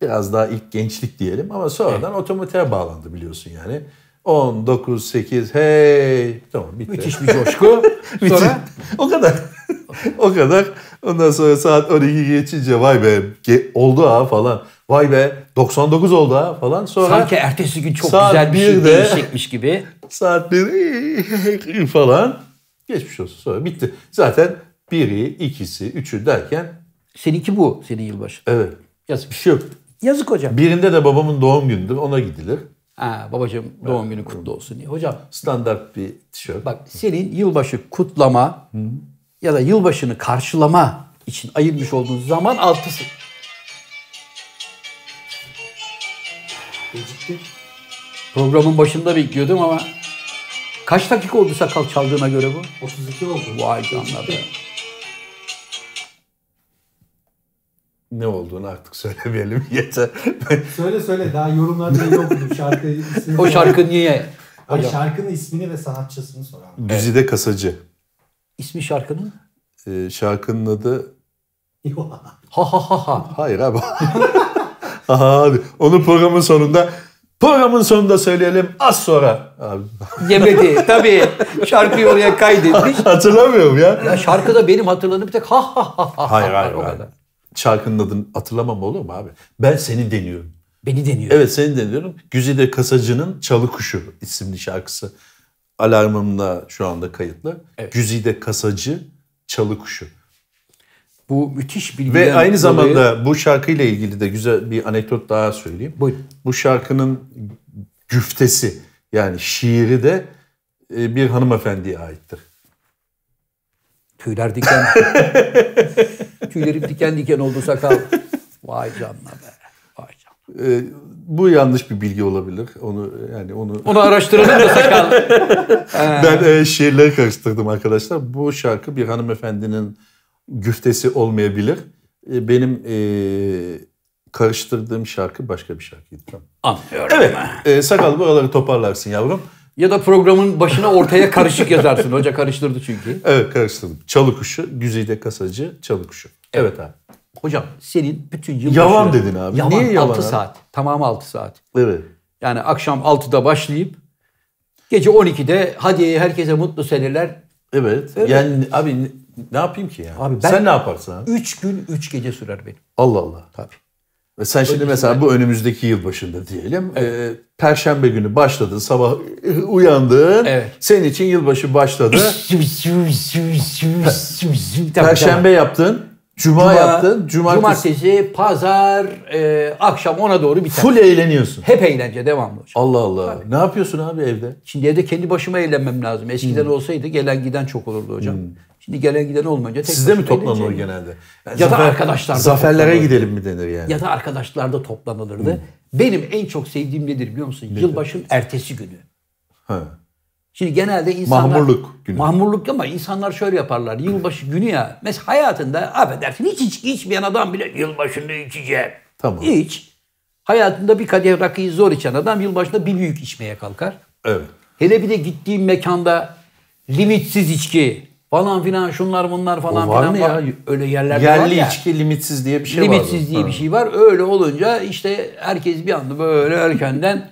[SPEAKER 2] biraz daha ilk gençlik diyelim ama sonradan otomatiğe bağlandı biliyorsun yani. 10, 9, 8 hey tamam bitti.
[SPEAKER 1] Müthiş bir coşku. Sonra
[SPEAKER 2] o kadar. o kadar. Ondan sonra saat 12 geçince vay be ge- oldu ha falan. Vay be 99 oldu ha falan. Sonra
[SPEAKER 1] sanki ertesi gün çok
[SPEAKER 2] Saat
[SPEAKER 1] güzel bir şey
[SPEAKER 2] birde-
[SPEAKER 1] değişecekmiş gibi.
[SPEAKER 2] saat 1 falan geçmiş olsun sonra bitti. Zaten biri, ikisi, üçü derken
[SPEAKER 1] Seninki bu senin yılbaşı.
[SPEAKER 2] evet
[SPEAKER 1] Yazık.
[SPEAKER 2] bir şey yok.
[SPEAKER 1] Yazık hocam.
[SPEAKER 2] Birinde de babamın doğum günüdür ona gidilir.
[SPEAKER 1] Ha, babacığım doğum günü kutlu olsun diye. Hocam
[SPEAKER 2] Standart bir tişört.
[SPEAKER 1] Bak senin yılbaşı kutlama ya da yılbaşını karşılama için ayırmış olduğun zaman altısı.
[SPEAKER 3] Gecikti.
[SPEAKER 1] Programın başında bekliyordum ama kaç dakika oldu sakal çaldığına göre bu?
[SPEAKER 3] 32 oldu.
[SPEAKER 1] Vay canına be.
[SPEAKER 2] Ne olduğunu artık söylemeyelim yeter. Ben-
[SPEAKER 3] Söyle söyle daha yorumlarda iyi okudum şarkı ismini.
[SPEAKER 1] O şarkı niye?
[SPEAKER 3] Ay, şarkının ismini ve sanatçısını sorar.
[SPEAKER 2] Güzide Kasacı.
[SPEAKER 1] İsmi şarkının?
[SPEAKER 2] Ee, şarkının adı
[SPEAKER 1] Ha ha ha ha.
[SPEAKER 2] Hayır abi. abi. Onu programın sonunda programın sonunda söyleyelim az sonra. Abi,
[SPEAKER 1] Yemedi tabii. Şarkıyı oraya kaydetmiş.
[SPEAKER 2] hatırlamıyorum ya.
[SPEAKER 1] Ya şarkıda benim hatırladığım bir tek ha ha ha ha.
[SPEAKER 2] Hayır
[SPEAKER 1] ha var,
[SPEAKER 2] hayır.
[SPEAKER 1] o
[SPEAKER 2] hayır.
[SPEAKER 1] kadar.
[SPEAKER 2] Şarkının adını hatırlamam olur mu abi? Ben seni deniyorum.
[SPEAKER 1] Beni deniyor.
[SPEAKER 2] Evet seni deniyorum. Güzide Kasacı'nın Çalı Kuşu isimli şarkısı. Alarmımda şu anda kayıtlı. Güzide Kasacı Çalı Kuşu.
[SPEAKER 1] Bu müthiş bilgiler.
[SPEAKER 2] Ve aynı zamanda bu şarkıyla ilgili de güzel bir anekdot daha söyleyeyim.
[SPEAKER 1] Buyur.
[SPEAKER 2] Bu şarkının güftesi yani şiiri de e, bir hanımefendiye aittir.
[SPEAKER 1] Tüyler diken Tüylerim diken diken oldu sakal. Vay canına be. Vay canına.
[SPEAKER 2] E, Bu yanlış bir bilgi olabilir. Onu yani onu
[SPEAKER 1] Onu araştıralım da sakal.
[SPEAKER 2] ben e, şiirleri karıştırdım arkadaşlar. Bu şarkı bir hanımefendinin güftesi olmayabilir. E, Benim e, karıştırdığım şarkı başka bir şarkıydı.
[SPEAKER 1] Anlıyorum.
[SPEAKER 2] Evet. E, sakal buraları toparlarsın yavrum.
[SPEAKER 1] Ya da programın başına ortaya karışık yazarsın. Hoca karıştırdı çünkü.
[SPEAKER 2] Evet karıştırdım. Çalı kuşu, güzide kasacı, çalı kuşu. Evet abi.
[SPEAKER 1] Hocam senin bütün yıl
[SPEAKER 2] Yavan dedin abi.
[SPEAKER 1] Yavan,
[SPEAKER 2] Niye yavan
[SPEAKER 1] 6
[SPEAKER 2] abi?
[SPEAKER 1] saat. Tamamı 6 saat.
[SPEAKER 2] Evet.
[SPEAKER 1] Yani akşam 6'da başlayıp gece 12'de hadi herkese mutlu seneler.
[SPEAKER 2] Evet. Yani abi ne, ne yapayım ki yani?
[SPEAKER 1] Abi ben-
[SPEAKER 2] Sen ne yaparsın abi?
[SPEAKER 1] 3 gün 3 gece sürer benim.
[SPEAKER 2] Allah Allah.
[SPEAKER 1] Tabii.
[SPEAKER 2] Ve sen şimdi mesela bu önümüzdeki yıl başında diyelim. e, Perşembe günü başladın, sabah e, uyandın.
[SPEAKER 1] Evet.
[SPEAKER 2] Senin için yılbaşı başladı.
[SPEAKER 1] Tabii,
[SPEAKER 2] Perşembe yaptın, cuma,
[SPEAKER 1] tabii.
[SPEAKER 2] yaptın, cumartesi.
[SPEAKER 1] Cumartesi, pazar, e, akşam 10'a doğru biter.
[SPEAKER 2] Full eğleniyorsun.
[SPEAKER 1] Hep eğlence devamlı hocam.
[SPEAKER 2] Allah Allah. Ne yapıyorsun abi evde?
[SPEAKER 1] Şimdi evde kendi başıma eğlenmem lazım.
[SPEAKER 2] Hmm.
[SPEAKER 1] Eskiden olsaydı gelen giden çok olurdu hocam. Şimdi gelen giden olmayınca tek
[SPEAKER 2] Sizde mi
[SPEAKER 1] başıma
[SPEAKER 2] toplanılır
[SPEAKER 1] eğleneceğim.
[SPEAKER 2] genelde? Yani
[SPEAKER 1] Ya da arkadaşlar da
[SPEAKER 2] Zaferlere
[SPEAKER 1] toplanılır.
[SPEAKER 2] gidelim mi denir yani?
[SPEAKER 1] Ya da arkadaşlarda toplanılırdı.
[SPEAKER 2] Hmm.
[SPEAKER 1] Benim en çok sevdiğim nedir biliyor musun? Yılbaşın ertesi günü.
[SPEAKER 2] Ha.
[SPEAKER 1] Şimdi genelde insanlar...
[SPEAKER 2] Mahmurluk günü.
[SPEAKER 1] Mahmurluk ama insanlar şöyle yaparlar. Yılbaşı günü ya. Mesela hayatında affedersin hiç içki içmeyen adam bile yılbaşında içeceğim.
[SPEAKER 2] Tamam.
[SPEAKER 1] Hiç. Hayatında bir kadeh rakıyı zor içen adam yılbaşında bir büyük içmeye kalkar.
[SPEAKER 2] Evet.
[SPEAKER 1] Hele bir de gittiğim mekanda limitsiz içki falan filan şunlar bunlar falan
[SPEAKER 2] O var
[SPEAKER 1] filan
[SPEAKER 2] mı ya?
[SPEAKER 1] Öyle yerlerde var
[SPEAKER 2] Yerli
[SPEAKER 1] ya.
[SPEAKER 2] içki limitsiz diye bir şey var.
[SPEAKER 1] limitsiz diye bir şey var. Öyle olunca işte herkes bir anda böyle erkenden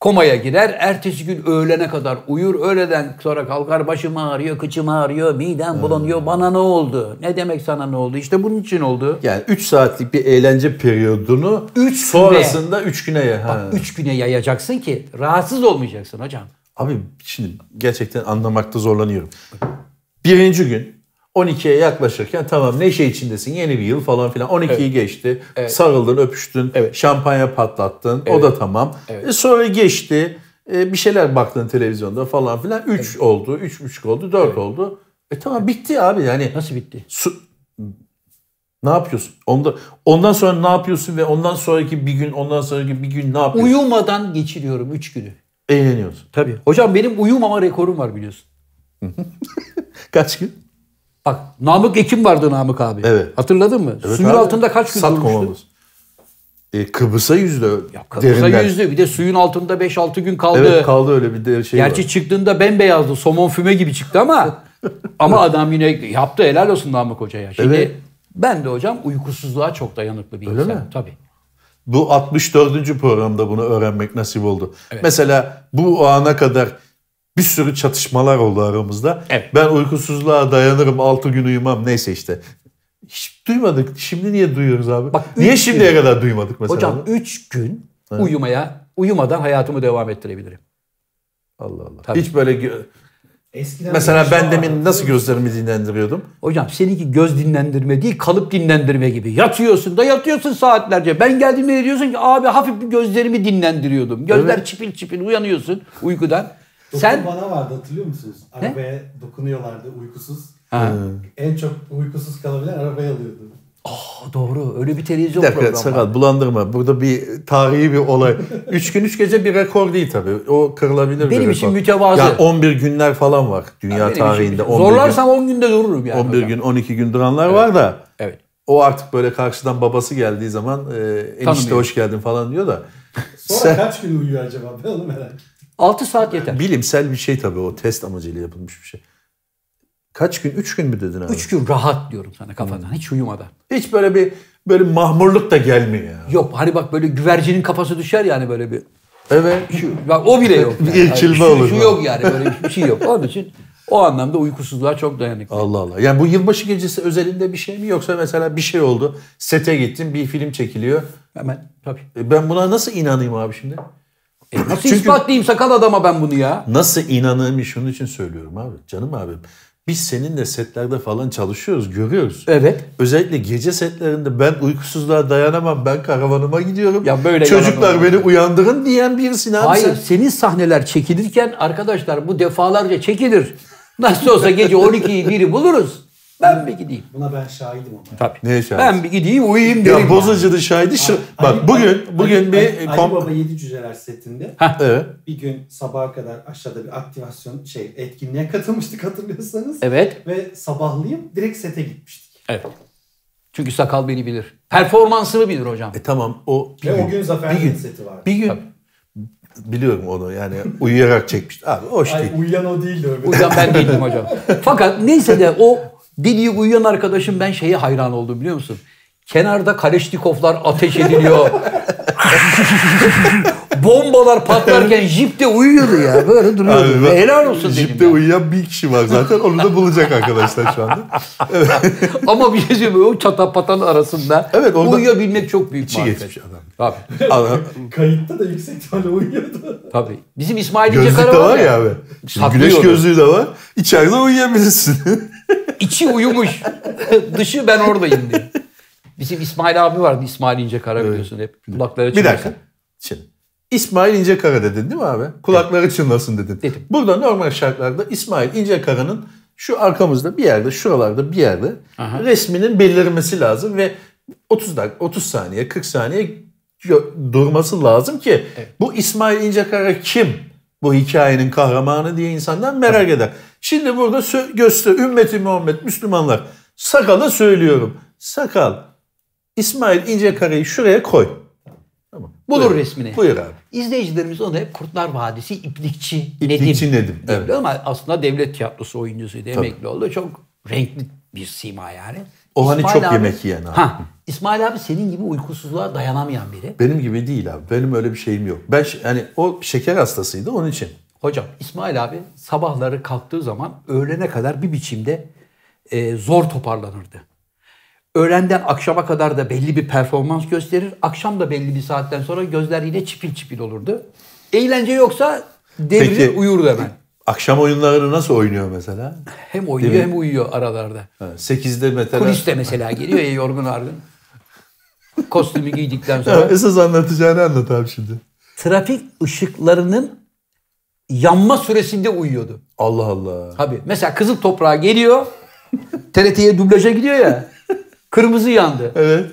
[SPEAKER 1] komaya girer. Ertesi gün öğlene kadar uyur. Öğleden sonra kalkar başım ağrıyor, kıçım ağrıyor,
[SPEAKER 2] Hmm.
[SPEAKER 1] midem bulanıyor. Bana ne oldu? Ne demek sana ne oldu? İşte bunun için oldu.
[SPEAKER 2] Yani 3 saatlik bir eğlence periyodunu
[SPEAKER 1] Üç
[SPEAKER 2] sonrasında 3 güne ya. Ha.
[SPEAKER 1] Üç güne yayacaksın ki rahatsız olmayacaksın hocam.
[SPEAKER 2] Abi şimdi gerçekten anlamakta zorlanıyorum. Birinci gün 12'ye yaklaşırken tamam neşe içindesin yeni bir yıl falan filan 12'yi geçti sarıldın öpüştün şampanya patlattın o da tamam. E sonra geçti E, bir şeyler baktın televizyonda falan filan 3 oldu 3,5 oldu 4 oldu. E tamam bitti abi yani
[SPEAKER 1] Nasıl bitti?
[SPEAKER 2] Su- ne yapıyorsun? Onda, ondan sonra ne yapıyorsun ve ondan sonraki bir gün, ondan sonraki bir gün ne yapıyorsun?
[SPEAKER 1] Uyumadan geçiriyorum üç günü.
[SPEAKER 2] Eğleniyorsun.
[SPEAKER 1] Tabii. Hocam benim uyumama rekorum var biliyorsun.
[SPEAKER 2] Kaç gün?
[SPEAKER 1] Bak Namık Ekim vardı Namık abi.
[SPEAKER 2] Evet.
[SPEAKER 1] Hatırladın mı? Suyun
[SPEAKER 2] abi.
[SPEAKER 1] altında kaç gün
[SPEAKER 2] Sat
[SPEAKER 1] durmuştu?
[SPEAKER 2] komandosu. E, Kıbrıs'a yüzdü.
[SPEAKER 1] Ya Kıbrıs'a
[SPEAKER 2] derinden.
[SPEAKER 1] yüzdü. Bir de suyun altında 5-6 gün kaldı.
[SPEAKER 2] Evet kaldı öyle bir de şey
[SPEAKER 1] Gerçi
[SPEAKER 2] var.
[SPEAKER 1] çıktığında bembeyazdı. Somon füme gibi çıktı ama ama adam yine yaptı. Helal olsun Namık Hoca'ya. Şimdi
[SPEAKER 2] Evet.
[SPEAKER 1] ben de hocam uykusuzluğa çok dayanıklı bir
[SPEAKER 2] Öyle
[SPEAKER 1] insan.
[SPEAKER 2] mi?
[SPEAKER 1] Tabii.
[SPEAKER 2] Bu 64. programda bunu öğrenmek nasip oldu. Mesela bu ana kadar bir sürü çatışmalar oldu aramızda.
[SPEAKER 1] Evet.
[SPEAKER 2] Ben uykusuzluğa dayanırım 6 gün uyumam neyse işte. Hiç duymadık. Şimdi niye duyuyoruz abi?
[SPEAKER 1] Bak,
[SPEAKER 2] niye
[SPEAKER 1] üç
[SPEAKER 2] şimdiye kadar duymadık mesela?
[SPEAKER 1] Hocam 3 gün uyumaya uyumadan hayatımı devam ettirebilirim.
[SPEAKER 2] Allah Allah.
[SPEAKER 1] Tabii.
[SPEAKER 2] Hiç böyle gö-
[SPEAKER 3] Eskiden
[SPEAKER 2] mesela
[SPEAKER 3] bir
[SPEAKER 2] ben
[SPEAKER 3] yaşam
[SPEAKER 2] demin
[SPEAKER 3] vardı.
[SPEAKER 2] nasıl gözlerimi dinlendiriyordum?
[SPEAKER 1] Hocam seninki göz dinlendirme değil kalıp dinlendirme gibi. Yatıyorsun da yatıyorsun saatlerce. Ben geldiğimde de diyorsun ki abi hafif bir gözlerimi dinlendiriyordum. Gözler çipil çipil uyanıyorsun uykudan.
[SPEAKER 3] Dokun
[SPEAKER 1] Sen
[SPEAKER 3] bana vardı hatırlıyor musunuz? Arabaya dokunuyorlardı uykusuz.
[SPEAKER 1] Ha.
[SPEAKER 3] En çok uykusuz kalabilen arabayı alıyordu.
[SPEAKER 1] Aa, doğru öyle bir televizyon
[SPEAKER 2] Bir dakika
[SPEAKER 1] programı. var.
[SPEAKER 2] sakal bulandırma. Burada bir tarihi bir olay. 3 gün 3 gece bir rekor değil tabii. O kırılabilir bir
[SPEAKER 1] Benim
[SPEAKER 2] rekor.
[SPEAKER 1] için mütevazı.
[SPEAKER 2] Yani 11 günler falan var dünya
[SPEAKER 1] Benim için-
[SPEAKER 2] tarihinde. 11
[SPEAKER 1] Zorlarsam 10 günde dururum yani.
[SPEAKER 2] gün, 11
[SPEAKER 1] hocam.
[SPEAKER 2] gün 12 gün duranlar var da
[SPEAKER 1] Evet.
[SPEAKER 2] o artık böyle karşıdan babası geldiği zaman e, enişte
[SPEAKER 1] Tanımıyor.
[SPEAKER 2] hoş geldin falan diyor da
[SPEAKER 3] Sonra
[SPEAKER 2] Sen-
[SPEAKER 3] kaç gün uyuyor acaba? Ben onu merak ettim.
[SPEAKER 1] 6 saat yeter.
[SPEAKER 2] bilimsel bir şey tabii o test amacıyla yapılmış bir şey. Kaç gün? 3 gün mü dedin abi?
[SPEAKER 1] 3 gün rahat diyorum sana kafadan hiç uyumadan.
[SPEAKER 2] Hiç böyle bir böyle mahmurluk da gelmiyor ya.
[SPEAKER 1] Yok hani bak böyle güvercinin kafası düşer yani böyle bir.
[SPEAKER 2] Evet.
[SPEAKER 1] Şu, bak o bile yok. Yani.
[SPEAKER 2] Bir irkilme
[SPEAKER 1] Şu- şu
[SPEAKER 2] olur.
[SPEAKER 1] yok yani böyle bir şey yok. Onun için o anlamda uykusuzluğa çok dayanıklı.
[SPEAKER 2] Allah Allah. Yani bu yılbaşı gecesi özelinde bir şey mi yoksa mesela bir şey oldu. Sete gittim bir film çekiliyor.
[SPEAKER 1] Hemen tabii.
[SPEAKER 2] E Ben buna nasıl inanayım abi şimdi?
[SPEAKER 1] E, nasıl ispatlayayım sakal adama ben bunu ya?
[SPEAKER 2] Nasıl inanayım şunun için söylüyorum abi. Canım abi biz seninle setlerde falan çalışıyoruz görüyoruz.
[SPEAKER 1] Evet.
[SPEAKER 2] Özellikle gece setlerinde ben uykusuzluğa dayanamam ben karavanıma gidiyorum.
[SPEAKER 1] Ya böyle yalan
[SPEAKER 2] Çocuklar beni
[SPEAKER 1] olmaz.
[SPEAKER 2] uyandırın diyen birisin abi
[SPEAKER 1] Hayır
[SPEAKER 2] sen.
[SPEAKER 1] senin sahneler çekilirken arkadaşlar bu defalarca çekilir. Nasıl olsa gece 12'yi biri buluruz. Ben bir gideyim.
[SPEAKER 3] Buna ben şahidim ama.
[SPEAKER 1] Tabii.
[SPEAKER 2] Neye şahit?
[SPEAKER 1] Ben bir gideyim uyuyayım derim.
[SPEAKER 2] Ya bozacıda şahidi şu. Bak
[SPEAKER 3] Ali-
[SPEAKER 2] bugün
[SPEAKER 3] Ali-
[SPEAKER 2] bugün
[SPEAKER 3] Ali-
[SPEAKER 2] bir
[SPEAKER 3] Ali
[SPEAKER 2] komp-
[SPEAKER 3] Baba Yedi Cüceler setinde
[SPEAKER 2] Evet.
[SPEAKER 3] bir gün sabaha kadar aşağıda bir aktivasyon şey etkinliğe katılmıştık hatırlıyorsanız.
[SPEAKER 1] Evet.
[SPEAKER 3] Ve sabahlayıp direkt sete gitmiştik.
[SPEAKER 1] Evet. Çünkü sakal beni bilir. Performansını bilir hocam.
[SPEAKER 2] E tamam o bir
[SPEAKER 3] Ve o
[SPEAKER 2] gün,
[SPEAKER 3] gün Zafer
[SPEAKER 2] bir gün,
[SPEAKER 3] seti vardı.
[SPEAKER 2] bir gün biliyorum onu yani uyuyarak çekmiş. Abi hoş
[SPEAKER 3] Ay
[SPEAKER 2] değil.
[SPEAKER 3] uyuyan o değildi öbür.
[SPEAKER 1] O yüzden ben değildim hocam. Fakat neyse de o deliği uyuyan arkadaşım ben şeye hayran oldum biliyor musun? Kenarda kaleşnikoflar ateş ediliyor. Bombalar patlarken jip de uyuyordu ya. Böyle duruyordu.
[SPEAKER 2] Abi bak,
[SPEAKER 1] Ve helal olsun dedim.
[SPEAKER 2] Jipte
[SPEAKER 1] ya.
[SPEAKER 2] uyuyan bir kişi var zaten. Onu da bulacak arkadaşlar şu anda.
[SPEAKER 1] Ama bir şey söyleyeyim mi? O çatapatan arasında
[SPEAKER 2] Evet, orada-
[SPEAKER 1] uyuyabilmek çok büyük
[SPEAKER 2] İçi
[SPEAKER 1] marifet.
[SPEAKER 2] geçmiş adam.
[SPEAKER 1] Tabii,
[SPEAKER 2] Adam-
[SPEAKER 3] Kayıtta da yüksek ihtimalle uyuyordu.
[SPEAKER 1] tabii. Bizim İsmail İnce
[SPEAKER 2] Gözlük de
[SPEAKER 1] Kara
[SPEAKER 2] var ya abi. Şimdi güneş
[SPEAKER 1] Saklıyordu.
[SPEAKER 2] gözlüğü de var. İçeride uyuyabilirsin.
[SPEAKER 1] İçi uyumuş. Dışı ben oradayım diye. Bizim İsmail abi vardı. İsmail İnce Kara biliyorsun hep. Kulakları
[SPEAKER 2] bir
[SPEAKER 1] çınlasın.
[SPEAKER 2] dakika. Şimdi İsmail İncekara dedin değil mi abi? Kulakları çınlasın dedin.
[SPEAKER 1] Dedim.
[SPEAKER 2] Burada normal şartlarda İsmail İncekara'nın şu arkamızda bir yerde, şuralarda bir yerde resminin belirmesi lazım ve 30 dakika, 30 saniye, 40 saniye gö- durması lazım ki bu İsmail İncekara kim? Bu hikayenin kahramanı diye insanlar merak eder. Şimdi burada sö- göster ümmeti Muhammed Müslümanlar sakala söylüyorum. Sakal İsmail İncekara'yı şuraya koy. Tamam.
[SPEAKER 1] Bulur
[SPEAKER 2] Buyur.
[SPEAKER 1] resmini.
[SPEAKER 2] Buyur abi.
[SPEAKER 1] İzleyicilerimiz onu hep Kurtlar Vadisi İplikçi,
[SPEAKER 2] İplikçi
[SPEAKER 1] Nedim.
[SPEAKER 2] Nedim,
[SPEAKER 1] diye
[SPEAKER 2] evet.
[SPEAKER 1] biliyor Ama aslında devlet tiyatrosu oyuncusuydu. Emekli oldu. Çok renkli bir sima yani.
[SPEAKER 2] O hani çok yemek yiyen abi.
[SPEAKER 1] Ha, İsmail abi senin gibi uykusuzluğa dayanamayan biri.
[SPEAKER 2] Benim gibi değil abi. Benim öyle bir şeyim yok. Ben ş- yani o şeker hastasıydı onun için.
[SPEAKER 1] Hocam İsmail abi sabahları kalktığı zaman öğlene kadar bir biçimde e, zor toparlanırdı. Öğlenden akşama kadar da belli bir performans gösterir. Akşam da belli bir saatten sonra gözler yine çipil çipil olurdu. Eğlence yoksa devrilir
[SPEAKER 2] Peki.
[SPEAKER 1] uyurdu hemen.
[SPEAKER 2] Akşam oyunlarını nasıl oynuyor mesela?
[SPEAKER 1] Hem oynuyor hem uyuyor aralarda.
[SPEAKER 2] Ha, 8'de mesela.
[SPEAKER 1] Kuliste mesela geliyor ya yorgun argın. Kostümü giydikten
[SPEAKER 2] Ha,
[SPEAKER 1] sonra.
[SPEAKER 2] esas anlatacağını anlat abi şimdi.
[SPEAKER 1] Trafik ışıklarının yanma süresinde uyuyordu.
[SPEAKER 2] Allah Allah.
[SPEAKER 1] Tabii. Mesela Kızıl Toprağa geliyor. TRT'ye dublaja gidiyor ya. Kırmızı yandı.
[SPEAKER 2] Evet.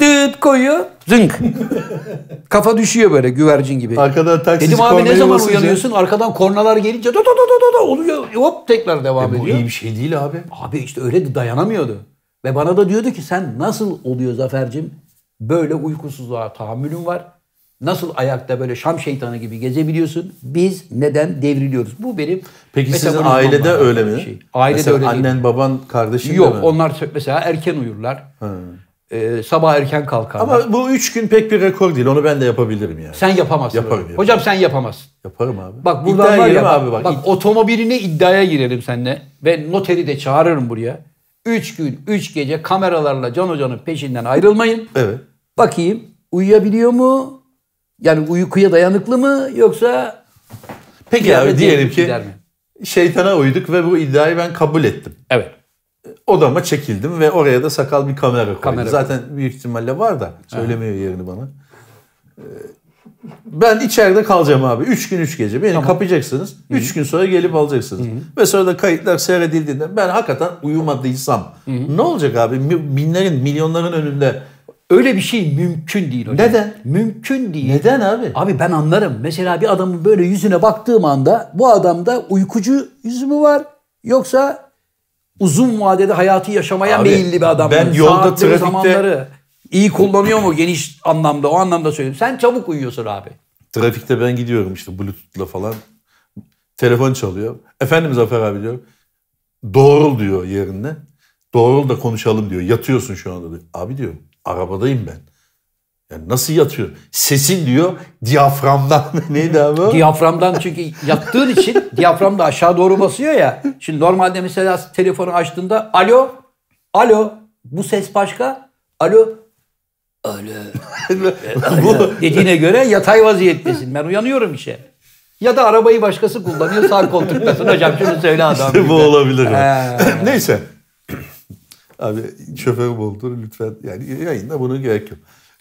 [SPEAKER 1] Dıt koyuyor. Zınk. Kafa düşüyor böyle güvercin gibi.
[SPEAKER 2] Arkadan taksici
[SPEAKER 1] Dedim abi ne
[SPEAKER 2] kornayı
[SPEAKER 1] zaman
[SPEAKER 2] basınca-
[SPEAKER 1] uyanıyorsun? Arkadan kornalar gelince do do do do do oluyor. Hop tekrar devam
[SPEAKER 2] Bu
[SPEAKER 1] ediyor.
[SPEAKER 2] iyi bir şey değil abi.
[SPEAKER 1] Abi işte öyle de dayanamıyordu. Ve bana da diyordu ki sen nasıl oluyor Zafer'cim? Böyle uykusuzluğa tahammülün var. Nasıl ayakta böyle şam şeytanı gibi gezebiliyorsun? Biz neden devriliyoruz? Bu benim
[SPEAKER 2] Peki sizin
[SPEAKER 1] metabolizmamla
[SPEAKER 2] ailede
[SPEAKER 1] alakalı
[SPEAKER 2] öyle
[SPEAKER 1] bir
[SPEAKER 2] mi?
[SPEAKER 1] şey. Ailede
[SPEAKER 2] mesela
[SPEAKER 1] öyle değil.
[SPEAKER 2] annen, baban, kardeşin de
[SPEAKER 1] Yok
[SPEAKER 2] mi?
[SPEAKER 1] onlar mesela erken uyurlar. Ee, sabah erken kalkarlar.
[SPEAKER 2] Ama bu üç gün pek bir rekor değil. Onu ben de yapabilirim yani.
[SPEAKER 1] sen yapamazsın.
[SPEAKER 2] Yaparım,
[SPEAKER 1] öyle.
[SPEAKER 2] yaparım.
[SPEAKER 1] Hocam sen yapamazsın.
[SPEAKER 2] Yaparım abi.
[SPEAKER 1] Bak buradan
[SPEAKER 2] İddiaya
[SPEAKER 1] var ya
[SPEAKER 2] girelim
[SPEAKER 1] bak,
[SPEAKER 2] abi bak.
[SPEAKER 1] bak otomobiline iddiaya girelim seninle. Ve noteri de çağırırım buraya. Üç gün, üç gece kameralarla Can Hoca'nın peşinden ayrılmayın.
[SPEAKER 2] Evet.
[SPEAKER 1] Bakayım uyuyabiliyor mu? Yani uykuya dayanıklı mı yoksa
[SPEAKER 2] Peki
[SPEAKER 1] bir
[SPEAKER 2] abi
[SPEAKER 1] anda
[SPEAKER 2] diyelim ki
[SPEAKER 1] gider mi?
[SPEAKER 2] şeytana uyduk ve bu iddiayı ben kabul ettim.
[SPEAKER 1] Evet.
[SPEAKER 2] Odama çekildim ve oraya da sakal bir kamera koydum.
[SPEAKER 1] Kamera.
[SPEAKER 2] Zaten büyük ihtimalle var da söylemiyor yerini bana. Ee, Ben içeride kalacağım abi. Üç gün üç gece. Beni kapayacaksınız. Üç gün sonra gelip alacaksınız. Ve sonra da kayıtlar seyredildiğinde ben hakikaten uyumadıysam ne olacak abi? Mi- Binlerin, milyonların önünde.
[SPEAKER 1] Öyle bir şey mümkün değil hocam.
[SPEAKER 2] Neden?
[SPEAKER 1] Mümkün değil.
[SPEAKER 2] Neden abi?
[SPEAKER 1] Abi ben anlarım. Mesela bir adamın böyle yüzüne baktığım anda bu adamda uykucu yüzü mü var yoksa uzun vadede hayatı yaşamaya
[SPEAKER 2] Abi,
[SPEAKER 1] meyilli bir adam mı?
[SPEAKER 2] ben yolda,
[SPEAKER 1] Saatleri,
[SPEAKER 2] trafikte-
[SPEAKER 1] zamanları iyi kullanıyor mu geniş anlamda o anlamda söylüyorum. Sen çabuk uyuyorsun abi.
[SPEAKER 2] Trafikte ben gidiyorum işte Bluetooth'la falan. Telefon çalıyor. Efendim Zafer abi diyor. Doğrul diyor yerinde. Doğrul da konuşalım diyor. Yatıyorsun şu anda diyor. Abi diyor arabadayım ben. Yani nasıl yatıyor? Sesin diyor diyaframdan. Neydi abi o?
[SPEAKER 1] Diyaframdan çünkü yattığın için diyafram da aşağı doğru basıyor ya. Şimdi normalde mesela telefonu açtığında alo, alo bu ses başka, alo,
[SPEAKER 2] Bu-
[SPEAKER 1] dediğine göre yatay vaziyettesin. Ben uyanıyorum işe. Ya da arabayı başkası kullanıyor sağ koltuktasın hocam şunu söyle adam.
[SPEAKER 2] İşte bu
[SPEAKER 1] gibi.
[SPEAKER 2] olabilir.
[SPEAKER 1] He.
[SPEAKER 2] Neyse. Abi şoför buldur lütfen. Yani yayında buna gerek yok.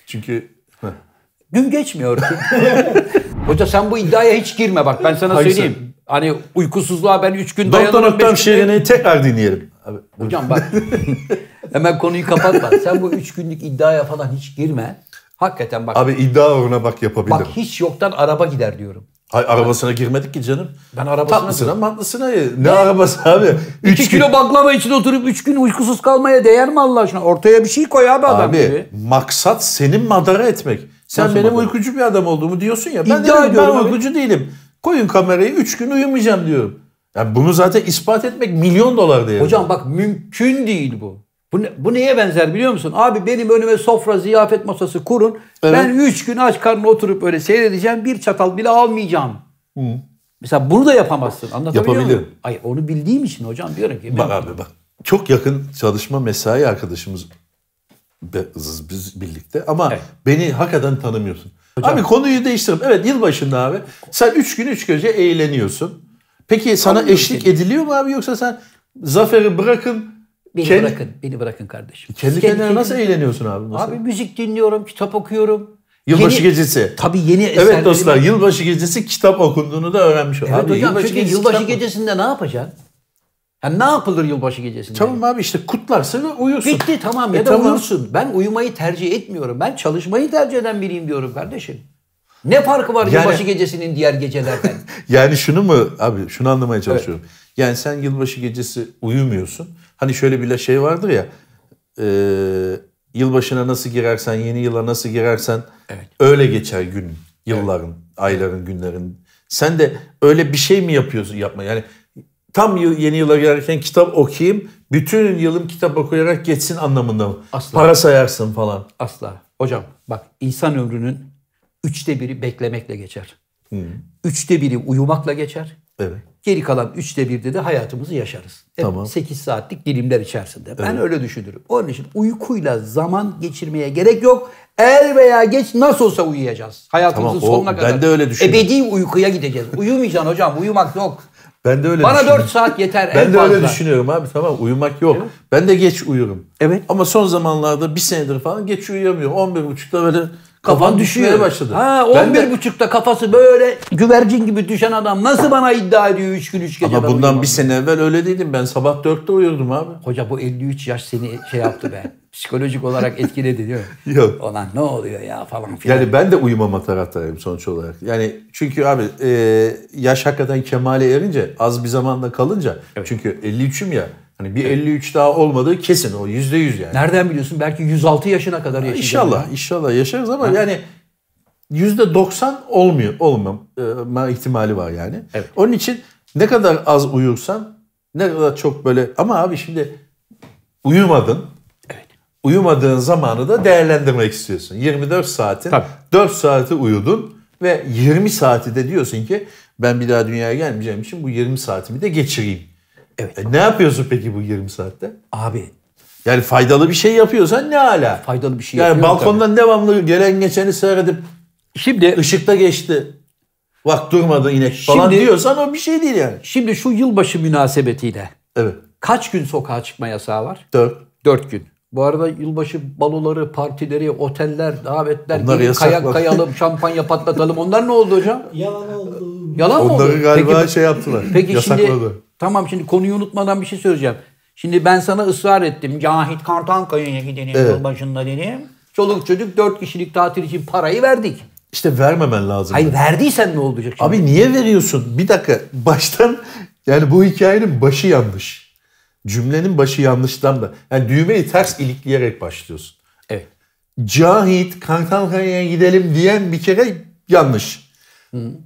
[SPEAKER 2] Çünkü Heh.
[SPEAKER 1] Gün geçmiyor ki. Hoca sen bu iddiaya hiç girme bak ben sana
[SPEAKER 2] Hangisi?
[SPEAKER 1] söyleyeyim. Hani uykusuzluğa ben 3 gün
[SPEAKER 2] Doktor
[SPEAKER 1] dayanırım. beş
[SPEAKER 2] Oktam
[SPEAKER 1] gün-
[SPEAKER 2] şiirini tekrar dinleyelim. Abi,
[SPEAKER 1] Hocam bak hemen konuyu kapatma. Sen bu 3 günlük iddiaya falan hiç girme. Hakikaten bak.
[SPEAKER 2] abi iddia uğruna bak yapabilirim.
[SPEAKER 1] Bak hiç yoktan araba gider diyorum.
[SPEAKER 2] Ay, arabasına girmedik ki canım.
[SPEAKER 1] Ben arabasına
[SPEAKER 2] Tatlısına matlısına ye. Ne, arabası abi?
[SPEAKER 1] 2 kilo baklava içinde oturup 3 gün uykusuz kalmaya değer mi Allah aşkına? Ortaya bir şey koy abi adam gibi.
[SPEAKER 2] Abi maksat senin madara etmek. Sen
[SPEAKER 1] Nasıl
[SPEAKER 2] benim
[SPEAKER 1] madara?
[SPEAKER 2] uykucu bir adam olduğumu diyorsun ya.
[SPEAKER 1] İddia
[SPEAKER 2] Ben, diyorum,
[SPEAKER 1] ediyorum
[SPEAKER 2] ben
[SPEAKER 1] abi.
[SPEAKER 2] uykucu değilim. Koyun kamerayı 3 gün uyumayacağım diyorum. Yani bunu zaten ispat etmek milyon dolar değerinde.
[SPEAKER 1] Hocam bak mümkün değil bu. Bu, ne- bu neye benzer biliyor musun? Abi benim önüme sofra ziyafet masası kurun. Ben 3 gün aç karnına oturup öyle seyredeceğim. Bir çatal bile almayacağım. Mesela bunu da yapamazsın. Anlatabiliyor
[SPEAKER 2] Yapabilirim.
[SPEAKER 1] muyum? Ay onu bildiğim için hocam diyorum ki.
[SPEAKER 2] Bak abi bak. Çok yakın çalışma mesai arkadaşımız biz, biz birlikte ama
[SPEAKER 1] Evet.
[SPEAKER 2] beni hakikaten tanımıyorsun. Abi konuyu değiştirelim. Evet yılbaşında abi sen 3 gün 3 gece eğleniyorsun. Peki sana eşlik ediliyor mu abi yoksa sen zaferi bırakın
[SPEAKER 1] beni
[SPEAKER 2] kendi-
[SPEAKER 1] bırakın. Beni bırakın kardeşim.
[SPEAKER 2] Kendi kendine nasıl eğleniyorsun abi? mesela?
[SPEAKER 1] Abi müzik dinliyorum, kitap okuyorum.
[SPEAKER 2] Yılbaşı
[SPEAKER 1] Yeni-
[SPEAKER 2] gecesi.
[SPEAKER 1] Tabii yeni eserleri.
[SPEAKER 2] Evet dostlar yılbaşı gecesi kitap okunduğunu da öğrenmiş olduk.
[SPEAKER 1] Evet
[SPEAKER 2] Abi,
[SPEAKER 1] hocam çünkü
[SPEAKER 2] gecesi
[SPEAKER 1] yılbaşı
[SPEAKER 2] kitap-
[SPEAKER 1] gecesinde ne yapacaksın? Ya ne yapılır yılbaşı gecesinde?
[SPEAKER 2] Tamam abi işte kutlarsın ve uyursun.
[SPEAKER 1] Bitti tamam ya
[SPEAKER 2] E
[SPEAKER 1] da
[SPEAKER 2] tamam.
[SPEAKER 1] uyursun. Ben uyumayı tercih etmiyorum. Ben çalışmayı tercih eden biriyim diyorum kardeşim. Ne farkı var
[SPEAKER 2] Yani-
[SPEAKER 1] yılbaşı gecesinin diğer gecelerden?
[SPEAKER 2] Yani şunu mu abi şunu anlamaya çalışıyorum. Yani sen yılbaşı gecesi uyumuyorsun. Hani şöyle bir şey vardır ya. e, yılbaşına nasıl girersen yeni yıla nasıl girersen öyle geçer gün, yılların, ayların, günlerin. Sen de öyle bir şey mi yapıyorsun yapma? Yani tam yıl, yeni yıla girerken kitap okuyayım. Bütün yılım kitap okuyarak geçsin anlamında mı?
[SPEAKER 1] Asla.
[SPEAKER 2] Para sayarsın falan.
[SPEAKER 1] Asla. Hocam bak insan ömrünün üçte biri beklemekle geçer. Üçte biri uyumakla geçer.
[SPEAKER 2] Evet.
[SPEAKER 1] Geri kalan üçte birde de hayatımızı yaşarız. Hep
[SPEAKER 2] Tamam.
[SPEAKER 1] 8 saatlik dilimler içerisinde. Ben öyle düşünürüm. Onun için uykuyla zaman geçirmeye gerek yok. Er veya geç nasıl olsa uyuyacağız. Hayatımızın
[SPEAKER 2] Tamam, o-
[SPEAKER 1] sonuna
[SPEAKER 2] ben
[SPEAKER 1] kadar.
[SPEAKER 2] de öyle düşünüyorum.
[SPEAKER 1] Ebedi uykuya gideceğiz. Uyumayacaksın hocam. Uyumak yok.
[SPEAKER 2] Ben de öyle
[SPEAKER 1] Bana
[SPEAKER 2] düşünüyorum.
[SPEAKER 1] 4 saat yeter en
[SPEAKER 2] Ben de
[SPEAKER 1] fazla.
[SPEAKER 2] öyle düşünüyorum abi tamam uyumak yok. Ben de geç uyurum.
[SPEAKER 1] Evet.
[SPEAKER 2] Ama son zamanlarda bir senedir falan geç uyuyamıyorum. 11.30'da böyle kafam düşmeye başladı.
[SPEAKER 1] Ha
[SPEAKER 2] Ben de-
[SPEAKER 1] 11.30'da kafası böyle güvercin gibi düşen adam nasıl bana iddia ediyor 3 gün 3 gece
[SPEAKER 2] Ama
[SPEAKER 1] ben
[SPEAKER 2] bundan
[SPEAKER 1] uyumam
[SPEAKER 2] bir sene evvel öyle değildim. Ben sabah 4'te uyurdum abi.
[SPEAKER 1] Hoca bu 53 yaş seni şey yaptı be. psikolojik olarak etkiledi diyor.
[SPEAKER 2] Yok.
[SPEAKER 1] Olan ne oluyor ya falan filan.
[SPEAKER 2] Yani ben de uyumama taraftarıyım sonuç olarak. Yani çünkü abi e, yaş hakikaten kemale erince az bir zamanda kalınca çünkü 53'üm ya hani bir 53 daha olmadığı kesin o %100 yani.
[SPEAKER 1] Nereden biliyorsun? Belki 106 yaşına kadar yaşayacak.
[SPEAKER 2] İnşallah, inşallah yaşarız ama yani yüzde 90 olmuyor, olmama ihtimali var yani.
[SPEAKER 1] Evet.
[SPEAKER 2] Onun için ne kadar az uyursan, ne kadar çok böyle ama abi şimdi uyumadın. Uyumadığın zamanı da değerlendirmek istiyorsun. 24 saatin,
[SPEAKER 1] Tabii.
[SPEAKER 2] 4 saati uyudun ve 20 saati de diyorsun ki ben bir daha dünyaya gelmeyeceğim için bu 20 saatimi de geçireyim.
[SPEAKER 1] Evet.
[SPEAKER 2] E, ne yapıyorsun peki bu 20 saatte?
[SPEAKER 1] Abi
[SPEAKER 2] Yani faydalı bir şey yapıyorsan ne hala?
[SPEAKER 1] faydalı bir şey
[SPEAKER 2] Yani
[SPEAKER 1] yapıyorum
[SPEAKER 2] balkondan devamlı gelen geçeni seyredip
[SPEAKER 1] tabii. Şimdi
[SPEAKER 2] ışıkta geçti. Bak durmadı inek falan
[SPEAKER 1] Şimdi-
[SPEAKER 2] diyorsan o bir şey değil yani.
[SPEAKER 1] şimdi şu yılbaşı münasebetiyle
[SPEAKER 2] Evet.
[SPEAKER 1] kaç gün sokağa çıkma yasağı var?
[SPEAKER 2] Dört.
[SPEAKER 1] 4 gün. Bu arada yılbaşı baloları, partileri, oteller, davetler,
[SPEAKER 2] Onlar
[SPEAKER 1] gelin
[SPEAKER 2] yasak
[SPEAKER 1] kayak
[SPEAKER 2] bak.
[SPEAKER 1] kayalım, şampanya patlatalım. Onlar ne oldu hocam?
[SPEAKER 3] Yalan oldu.
[SPEAKER 1] Yalan mı oldu?
[SPEAKER 2] Onları galiba
[SPEAKER 1] Peki-
[SPEAKER 2] şey yaptılar.
[SPEAKER 1] Peki
[SPEAKER 2] yasakladı.
[SPEAKER 1] şimdi tamam şimdi konuyu unutmadan bir şey söyleyeceğim. Şimdi ben sana ısrar ettim. Cahit Kartankaya'ya gidelim
[SPEAKER 2] Evet.
[SPEAKER 1] yılbaşında dedim. Çoluk çocuk 4 kişilik tatil için parayı verdik.
[SPEAKER 2] İşte vermemen lazım.
[SPEAKER 1] Hayır verdiysen ne olacak şimdi?
[SPEAKER 2] Abi niye veriyorsun? Bir dakika. Baştan yani bu hikayenin başı yanlış. Cümlenin başı yanlıştan da. Yani düğmeyi ters ilikleyerek başlıyorsun.
[SPEAKER 1] Evet.
[SPEAKER 2] Cahit Kankankaya'ya gidelim diyen bir kere yanlış.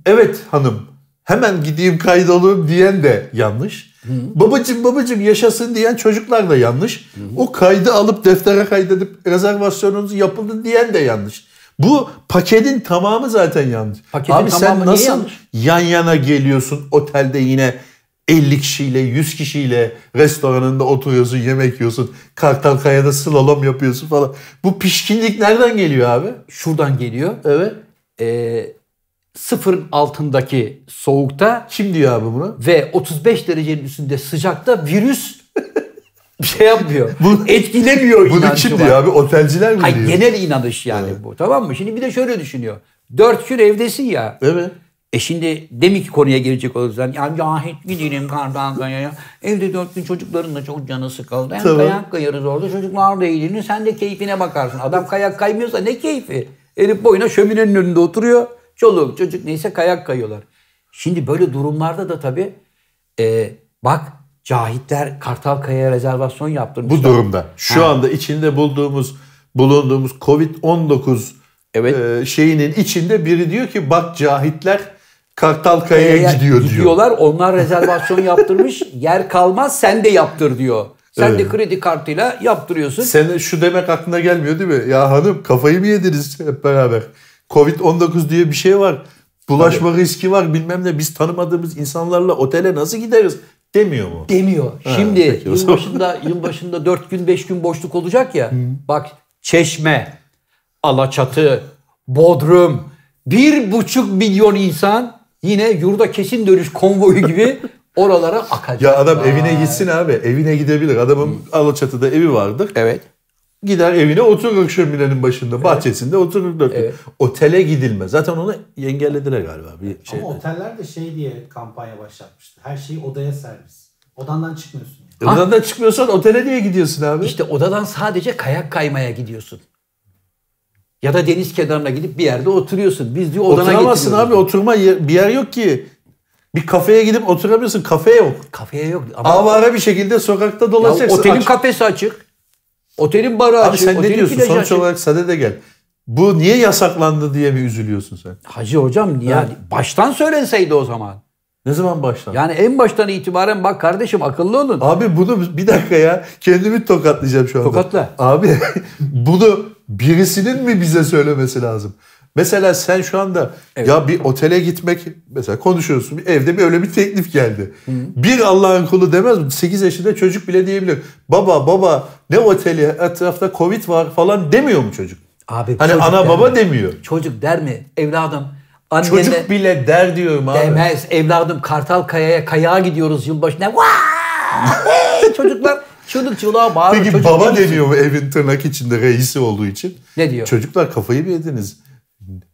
[SPEAKER 2] Evet hanım hemen gideyim kaydolayım diyen de yanlış. Babacım babacım yaşasın diyen çocuklar da yanlış. O kaydı alıp deftere kaydedip rezervasyonunuz yapıldı diyen de yanlış. Bu paketin tamamı zaten yanlış.
[SPEAKER 1] Paketin
[SPEAKER 2] Abi
[SPEAKER 1] tamamı
[SPEAKER 2] sen
[SPEAKER 1] niye
[SPEAKER 2] nasıl
[SPEAKER 1] yanlış?
[SPEAKER 2] yan yana geliyorsun otelde yine 50 kişiyle 100 kişiyle restoranında oturuyorsun yemek yiyorsun. Kartalkaya'da slalom yapıyorsun falan. Bu pişkinlik nereden geliyor abi?
[SPEAKER 1] Şuradan geliyor.
[SPEAKER 2] Evet.
[SPEAKER 1] Ee, sıfırın altındaki soğukta
[SPEAKER 2] Kim diyor abi bunu?
[SPEAKER 1] ve 35 derecenin üstünde sıcakta virüs bir şey yapmıyor.
[SPEAKER 2] Bu-
[SPEAKER 1] etkilemiyor
[SPEAKER 2] Bunu
[SPEAKER 1] inancı
[SPEAKER 2] kim
[SPEAKER 1] var.
[SPEAKER 2] diyor abi? Otelciler mi
[SPEAKER 1] Hayır,
[SPEAKER 2] diyor?
[SPEAKER 1] genel inanış yani bu tamam mı? Şimdi bir de şöyle düşünüyor. Dört gün evdesin ya.
[SPEAKER 2] Evet.
[SPEAKER 1] E şimdi demek ki konuya gelecek olursan ya Cahit gidelim kardan kayaya. Evde dört gün çocukların da çok canı sıkıldı. Hem
[SPEAKER 2] Tabii.
[SPEAKER 1] kayak kayarız orada çocuklar da eğlenir. Sen de keyfine bakarsın. Adam kayak kaymıyorsa ne keyfi? Herif boyuna şöminenin önünde oturuyor. Çoluk çocuk neyse kayak kayıyorlar. Şimdi böyle durumlarda da tabii e, bak Cahitler Kartalkaya rezervasyon yaptırmışlar.
[SPEAKER 2] Bu durumda. Şu anda içinde bulduğumuz bulunduğumuz Covid-19
[SPEAKER 1] Evet.
[SPEAKER 2] e, şeyinin içinde biri diyor ki bak cahitler Kartalkaya'ya
[SPEAKER 1] Eğer
[SPEAKER 2] gidiyor diyor.
[SPEAKER 1] Gidiyorlar onlar rezervasyon yaptırmış. Yer kalmaz sen de yaptır diyor. Sen de
[SPEAKER 2] Evet.
[SPEAKER 1] kredi kartıyla yaptırıyorsun.
[SPEAKER 2] Sen şu demek aklına gelmiyor değil mi? Ya hanım kafayı mı yediniz hep beraber? Covid-19 diye bir şey var. Bulaşma riski var bilmem ne. Biz tanımadığımız insanlarla otele nasıl gideriz demiyor mu?
[SPEAKER 1] demiyor. Şimdi
[SPEAKER 2] peki o zaman.
[SPEAKER 1] yılbaşında yılbaşında 4 gün 5 gün boşluk olacak ya. Bak Çeşme, Alaçatı, Bodrum bir buçuk milyon insan yine yurda kesin dönüş konvoyu gibi oralara akacak.
[SPEAKER 2] Ya adam evine gitsin abi. Evine gidebilir. Adamın Alaçatı'da evi vardır.
[SPEAKER 1] Evet.
[SPEAKER 2] Gider evine oturur şöminenin başında, bahçesinde oturur. dört gün. Otele gidilmez. Zaten onu engellediler galiba bir şey.
[SPEAKER 3] Ama oteller de şey diye kampanya başlatmıştı. Her şeyi odaya servis. Odandan çıkmıyorsun. yani.
[SPEAKER 2] Oradan da çıkmıyorsan otele niye gidiyorsun abi?
[SPEAKER 1] Ah. İşte odadan sadece kayak kaymaya gidiyorsun. Ya da deniz kenarına gidip bir yerde oturuyorsun. Biz diyor odana
[SPEAKER 2] Oturamazsın
[SPEAKER 1] getiriyoruz.
[SPEAKER 2] abi. Oturma yer- bir yer yok ki. Bir kafeye gidip oturamıyorsun. Kafe yok.
[SPEAKER 1] Kafeye yok. Ama
[SPEAKER 2] Avara bir şekilde sokakta
[SPEAKER 1] Ya
[SPEAKER 2] dolaşacaksın.
[SPEAKER 1] otelin
[SPEAKER 2] Aç-
[SPEAKER 1] kafesi açık. Otelin barı
[SPEAKER 2] Abi
[SPEAKER 1] açık.
[SPEAKER 2] sen ne
[SPEAKER 1] otelin
[SPEAKER 2] diyorsun?
[SPEAKER 1] plajı
[SPEAKER 2] Sonuç
[SPEAKER 1] açık.
[SPEAKER 2] olarak sade de gel. Bu niye yasaklandı diye mi üzülüyorsun sen?
[SPEAKER 1] Hacı hocam yani baştan söylenseydi o zaman.
[SPEAKER 2] Ne zaman başlandı?
[SPEAKER 1] Yani en baştan itibaren bak kardeşim akıllı olun.
[SPEAKER 2] Abi bunu bir dakika ya kendimi tokatlayacağım şu anda.
[SPEAKER 1] Tokatla.
[SPEAKER 2] Abi bunu birisinin mi bize söylemesi lazım? Mesela sen şu anda ya bir otele gitmek mesela konuşuyorsun bir evde bir öyle bir teklif geldi. Bir Allah'ın kulu demez mi? 8 yaşında çocuk bile diyebilir. Baba baba ne oteli etrafta covid var falan demiyor mu çocuk?
[SPEAKER 1] Abi
[SPEAKER 2] Hani
[SPEAKER 1] çocuk
[SPEAKER 2] ana
[SPEAKER 1] der
[SPEAKER 2] baba
[SPEAKER 1] mi?
[SPEAKER 2] demiyor.
[SPEAKER 1] Çocuk der mi? Evladım annene
[SPEAKER 2] Çocuk bile der diyorum abi.
[SPEAKER 1] demez. Evladım Kartal Kaya'ya kayağa gidiyoruz yılbaşına. Vaa! Çocuklar çığlık çığlığa bağırır.
[SPEAKER 2] Peki
[SPEAKER 1] Çocuk
[SPEAKER 2] baba
[SPEAKER 1] diyor ki,
[SPEAKER 2] deniyor mu evin tırnak içinde reisi olduğu için?
[SPEAKER 1] Ne diyor?
[SPEAKER 2] Çocuklar kafayı mı yediniz?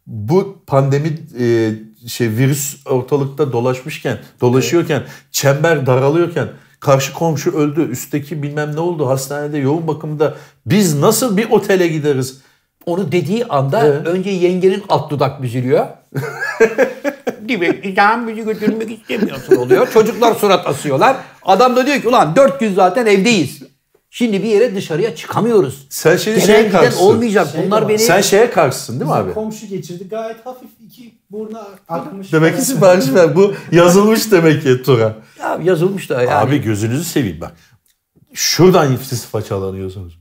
[SPEAKER 2] Bu pandemi e, şey virüs ortalıkta dolaşmışken, dolaşıyorken, çember daralıyorken karşı komşu öldü, üstteki bilmem ne oldu, hastanede yoğun bakımda biz nasıl bir otele gideriz?
[SPEAKER 1] Onu dediği anda önce yengenin alt dudak büzülüyor. Gibi can bizi götürmek istemiyorsun oluyor. Çocuklar surat asıyorlar. Adam da diyor ki ulan dört gün zaten evdeyiz. Şimdi bir yere dışarıya çıkamıyoruz.
[SPEAKER 2] Sen şimdi
[SPEAKER 1] Genel
[SPEAKER 2] şeye
[SPEAKER 1] giden
[SPEAKER 2] karşısın.
[SPEAKER 1] olmayacak.
[SPEAKER 3] Şey de
[SPEAKER 1] Bunlar
[SPEAKER 3] var.
[SPEAKER 1] beni
[SPEAKER 2] Sen şeye karşısın değil mi
[SPEAKER 3] Bizim
[SPEAKER 2] abi?
[SPEAKER 3] komşu geçirdi gayet hafif iki burnu akmış.
[SPEAKER 2] Demek ki sipariş ver. Bu yazılmış demek ki Tura.
[SPEAKER 1] Ya yazılmış da yani.
[SPEAKER 2] Abi gözünüzü seveyim bak. Şuradan siz façalanıyorsunuz.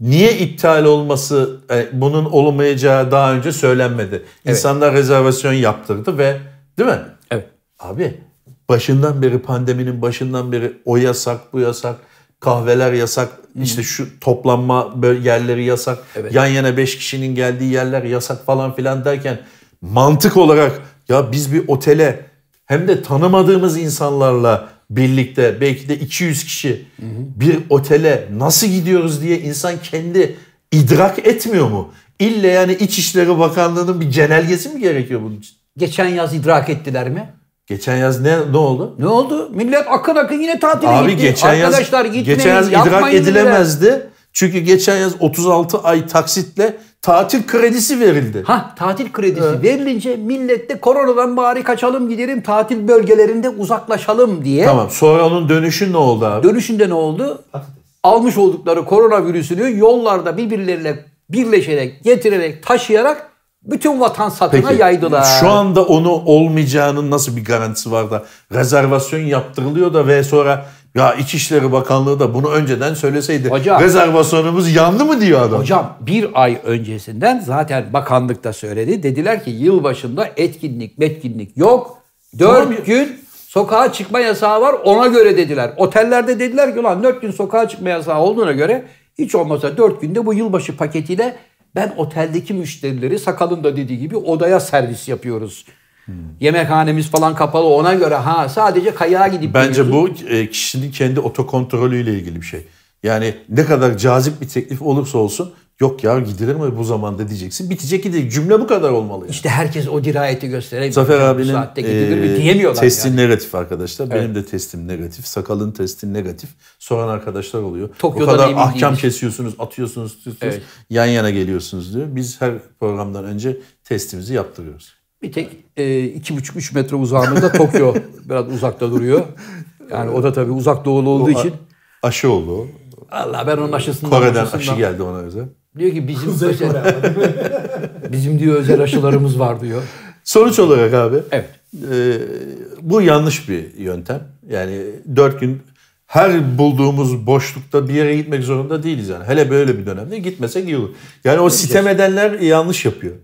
[SPEAKER 2] Niye iptal olması, e, bunun olmayacağı daha önce söylenmedi. İnsanlar rezervasyon yaptırdı ve değil mi?
[SPEAKER 1] Evet.
[SPEAKER 2] Abi başından beri pandeminin başından beri o yasak, bu yasak, kahveler yasak, işte şu toplanma böl- yerleri yasak, yan yana 5 kişinin geldiği yerler yasak falan filan derken mantık olarak ya biz bir otele hem de tanımadığımız insanlarla birlikte belki de 200 kişi bir otele nasıl gidiyoruz diye insan kendi idrak etmiyor mu? İlle yani İçişleri Bakanlığı'nın bir genelgesi mi gerekiyor bunun için?
[SPEAKER 1] Geçen yaz idrak ettiler mi?
[SPEAKER 2] Geçen yaz ne ne oldu?
[SPEAKER 1] Ne oldu? Millet akın akın yine tatile
[SPEAKER 2] Abi
[SPEAKER 1] gitti.
[SPEAKER 2] geçen yaz
[SPEAKER 1] Arkadaşlar gitmeyin.
[SPEAKER 2] geçen yaz idrak
[SPEAKER 1] yapmayın dediler.
[SPEAKER 2] edilemezdi. Çünkü geçen yaz 36 ay taksitle tatil kredisi verildi.
[SPEAKER 1] Ha tatil kredisi verilince millette koronadan bari kaçalım gidelim tatil bölgelerinde uzaklaşalım diye.
[SPEAKER 2] Tamam. Sonra onun dönüşü ne oldu abi?
[SPEAKER 1] Dönüşünde ne oldu?
[SPEAKER 3] Patates.
[SPEAKER 1] Almış oldukları koronavirüsünü yollarda birbirleriyle birleşerek, getirerek, taşıyarak bütün vatan satına yaydılar.
[SPEAKER 2] Şu anda onu olmayacağının nasıl bir garantisi var da rezervasyon yaptırılıyor da ve sonra ya İçişleri Bakanlığı da bunu önceden söyleseydi.
[SPEAKER 1] Hocam-
[SPEAKER 2] rezervasyonumuz yandı mı diyor adam.
[SPEAKER 1] Hocam bir ay öncesinden zaten bakanlık da söyledi. Dediler ki yılbaşında etkinlik metkinlik yok. Dört gün sokağa çıkma yasağı var ona göre dediler. Otellerde dediler ki ulan dört gün sokağa çıkma yasağı olduğuna göre hiç olmazsa dört günde bu yılbaşı paketiyle ben oteldeki müşterileri Sakal'ın da dediği gibi odaya servis yapıyoruz.
[SPEAKER 2] Hmm.
[SPEAKER 1] Yemekhanemiz falan kapalı ona göre ha sadece kayağa gidip
[SPEAKER 2] Bence
[SPEAKER 1] geliyorsun.
[SPEAKER 2] bu e, kişinin kendi otokontrolüyle ilgili bir şey. Yani ne kadar cazip bir teklif olursa olsun yok ya gidilir mi bu zamanda diyeceksin. Bitecek gidecek. Cümle bu kadar olmalı. yani.
[SPEAKER 1] İşte herkes o dirayeti gösteremiyor.
[SPEAKER 2] Zafer
[SPEAKER 1] Bu
[SPEAKER 2] abinin
[SPEAKER 1] saatte gidilir mi
[SPEAKER 2] e,
[SPEAKER 1] diyemiyorlar
[SPEAKER 2] testi
[SPEAKER 1] yani.
[SPEAKER 2] negatif arkadaşlar. Benim de testim negatif. Sakalın testi negatif. Soran arkadaşlar oluyor.
[SPEAKER 1] Tokyo'dan
[SPEAKER 2] o kadar
[SPEAKER 1] emin
[SPEAKER 2] ahkam
[SPEAKER 1] değiliz.
[SPEAKER 2] kesiyorsunuz, atıyorsunuz, tutuyorsunuz.
[SPEAKER 1] Evet.
[SPEAKER 2] Yan yana geliyorsunuz diyor. Biz her programdan önce testimizi yaptırıyoruz.
[SPEAKER 1] Bir tek e, iki buçuk üç metre uzağında Tokyo biraz uzakta duruyor. Yani o da tabii uzak doğulu olduğu için.
[SPEAKER 2] Aşı oldu.
[SPEAKER 1] Allah ben onun aşısından
[SPEAKER 2] Kore'den
[SPEAKER 1] aşısından-
[SPEAKER 2] aşı geldi ona özel.
[SPEAKER 1] Diyor ki bizim
[SPEAKER 3] Kuzey
[SPEAKER 1] özel-
[SPEAKER 3] Kore ama.
[SPEAKER 1] bizim diyor özel aşılarımız var diyor.
[SPEAKER 2] Sonuç olarak abi
[SPEAKER 1] Evet.
[SPEAKER 2] e, bu yanlış bir yöntem. Yani dört gün her bulduğumuz boşlukta bir yere gitmek zorunda değiliz yani. Hele böyle bir dönemde gitmesek iyi olur. Yani o sitem edenler yanlış yapıyor.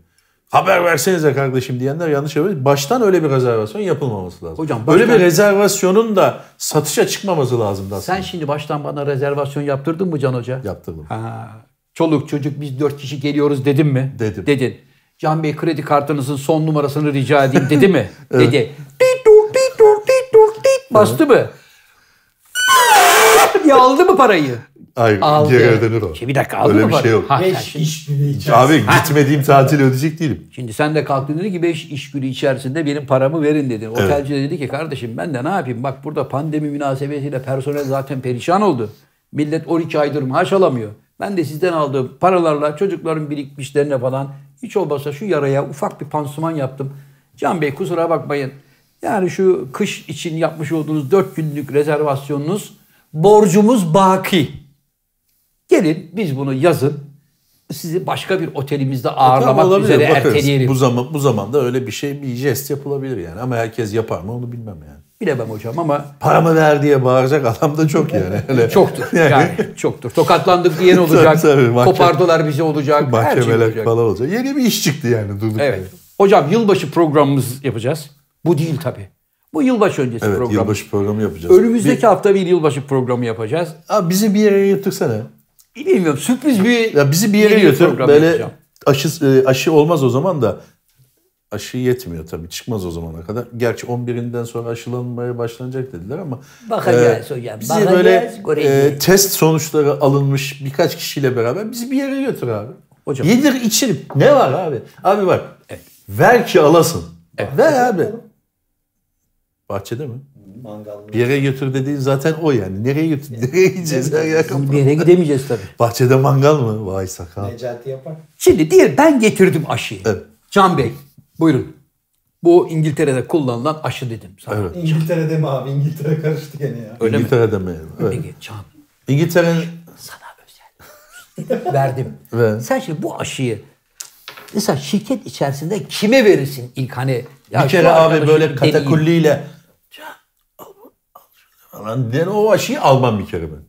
[SPEAKER 2] Haber versenize kardeşim diyenler yanlış yapıyor. Baştan öyle bir rezervasyon yapılmaması lazım.
[SPEAKER 1] Hocam
[SPEAKER 2] öyle
[SPEAKER 1] baştan-
[SPEAKER 2] bir rezervasyonun da satışa çıkmaması lazım aslında.
[SPEAKER 1] Sen şimdi baştan bana rezervasyon yaptırdın mı Can Hoca?
[SPEAKER 2] yaptırdım.
[SPEAKER 1] Ha, çoluk çocuk biz dört kişi geliyoruz dedim mi?
[SPEAKER 2] Dedim.
[SPEAKER 1] Dedin. Can Bey kredi kartınızın son numarasını rica edeyim dedi mi? Dedi. Tit dur, tit dur, tit dur, tit. Bastı mı? ya aldı mı parayı?
[SPEAKER 2] Hayır,
[SPEAKER 1] Aldı.
[SPEAKER 2] geri ödenir o.
[SPEAKER 1] Şey, bir dakika aldı
[SPEAKER 2] Öyle
[SPEAKER 1] mı
[SPEAKER 2] bir
[SPEAKER 1] parayı?
[SPEAKER 2] şey yok.
[SPEAKER 1] Ha, sen
[SPEAKER 3] Beş
[SPEAKER 1] şimdi,
[SPEAKER 3] iş günü içerisinde.
[SPEAKER 2] Abi gitmediğim tatili ödeyecek değilim.
[SPEAKER 1] şimdi sen de kalktın dedi ki 5 iş günü içerisinde benim paramı verin dedi. Otelci de dedi ki kardeşim ben de ne yapayım? Bak burada pandemi münasebetiyle personel zaten perişan oldu. Millet 12 aydır maaş alamıyor. Ben de sizden aldığım paralarla çocukların birikmişlerine falan hiç olmazsa şu yaraya ufak bir pansuman yaptım. Can Bey kusura bakmayın. Yani şu kış için yapmış olduğunuz 4 günlük rezervasyonunuz borcumuz baki. Gelin biz bunu yazın. Sizi başka bir otelimizde ağırlamak
[SPEAKER 2] E, Tamam, olabilir,
[SPEAKER 1] üzere
[SPEAKER 2] bakarız.
[SPEAKER 1] erteleyelim.
[SPEAKER 2] Bu zaman bu zamanda öyle bir şey bir jest yapılabilir yani ama herkes yapar mı onu bilmem yani.
[SPEAKER 1] Bilemem hocam ama
[SPEAKER 2] Paramı ver diye bağıracak adam da çok yani. Öyle
[SPEAKER 1] çoktur. yani. çoktur. Tokatlandık diyen olacak.
[SPEAKER 2] Tabii, tabii, mahkeme-
[SPEAKER 1] kopardılar bizi olacak. Her şey
[SPEAKER 2] Mahkemeler
[SPEAKER 1] olacak.
[SPEAKER 2] falan olacak. Yeni bir iş çıktı yani durduk
[SPEAKER 1] Evet.
[SPEAKER 2] yere.
[SPEAKER 1] Hocam yılbaşı programımız yapacağız. Bu değil tabii. Bu yılbaşı öncesi
[SPEAKER 2] Evet
[SPEAKER 1] program.
[SPEAKER 2] yılbaşı programı yapacağız.
[SPEAKER 1] Önümüzdeki hafta bir yılbaşı programı yapacağız.
[SPEAKER 2] Abi bizi bir yere götürsene.
[SPEAKER 1] Bilmiyorum sürpriz bir
[SPEAKER 2] Ya bizi bir yere
[SPEAKER 1] yeni
[SPEAKER 2] götür.
[SPEAKER 1] program
[SPEAKER 2] Böyle
[SPEAKER 1] yapacağım.
[SPEAKER 2] aşı, e, aşı olmaz o zaman da aşı yetmiyor tabii. Çıkmaz o zamana kadar. Gerçi 11'inden sonra aşılanmaya başlanacak dediler ama
[SPEAKER 1] Bakacağız
[SPEAKER 2] e,
[SPEAKER 1] hocam,
[SPEAKER 2] bizi
[SPEAKER 1] bakacağız,
[SPEAKER 2] böyle
[SPEAKER 1] göreceğiz.
[SPEAKER 2] e, test sonuçları alınmış birkaç kişiyle beraber bizi bir yere götür abi.
[SPEAKER 1] Hocam.
[SPEAKER 2] Yedir içir. Ne var abi? Abi bak. Ver ki alasın. Ver abi. Bahçede mi?
[SPEAKER 3] Mangallı.
[SPEAKER 2] Bir yere götür dediğin zaten o yani. Nereye götür? Nereye gideceğiz? Her yer kapalı.
[SPEAKER 1] bir yere gidemeyeceğiz tabii.
[SPEAKER 2] Bahçede mangal mı? Vay sakal.
[SPEAKER 3] Necati yapar.
[SPEAKER 1] Şimdi diğer ben getirdim aşıyı.
[SPEAKER 2] Evet.
[SPEAKER 1] Can Bey buyurun. Bu İngiltere'de kullanılan aşı dedim sana.
[SPEAKER 2] Evet.
[SPEAKER 3] İngiltere'de mi abi? İngiltere karıştı gene ya.
[SPEAKER 1] Öyle mi?
[SPEAKER 2] İngiltere'de mi? Evet.
[SPEAKER 1] Peki Can
[SPEAKER 2] İngiltere'nin
[SPEAKER 1] sana özel verdim.
[SPEAKER 2] Ver.
[SPEAKER 1] Sen şimdi bu aşıyı mesela şirket içerisinde kime verirsin ilk hani? Ya
[SPEAKER 2] bir
[SPEAKER 1] şu
[SPEAKER 2] kere abi
[SPEAKER 1] arkadaşım
[SPEAKER 2] böyle
[SPEAKER 1] deneyeyim.
[SPEAKER 2] katakulliyle "Can, al bunu, al şunu" falan den o aşıyı almam bir kere ben.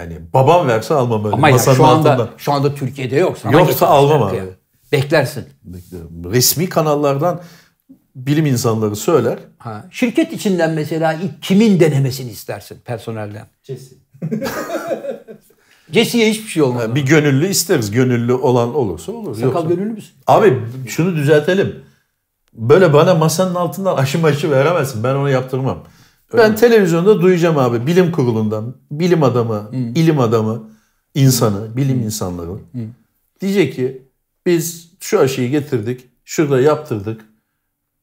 [SPEAKER 2] Yani babam verse almam öyle.
[SPEAKER 1] Ama ya
[SPEAKER 2] masanın
[SPEAKER 1] şu anda
[SPEAKER 2] altından.
[SPEAKER 1] şu anda Türkiye'de yok. Sana
[SPEAKER 2] Yoksa
[SPEAKER 1] getirmişler
[SPEAKER 2] almam
[SPEAKER 1] ki.
[SPEAKER 2] abi.
[SPEAKER 1] Beklersin.
[SPEAKER 2] Resmi kanallardan bilim insanları söyler.
[SPEAKER 1] Ha. Şirket içinden mesela ilk kimin denemesini istersin personelden?
[SPEAKER 3] Kesin.
[SPEAKER 1] Cesiye hiçbir şey olmaz.
[SPEAKER 2] Bir gönüllü isteriz. Gönüllü olan olursa olur. Yoksa-
[SPEAKER 1] Sakal gönüllü müsün?
[SPEAKER 2] Abi şunu düzeltelim. Böyle bana masanın altından aşı maşı veremezsin. Ben onu yaptırmam. ben televizyonda duyacağım abi. Bilim kurulundan, bilim adamı, ilim adamı, insanı, bilim insanları. Diyecek ki biz şu aşıyı getirdik, şurada yaptırdık.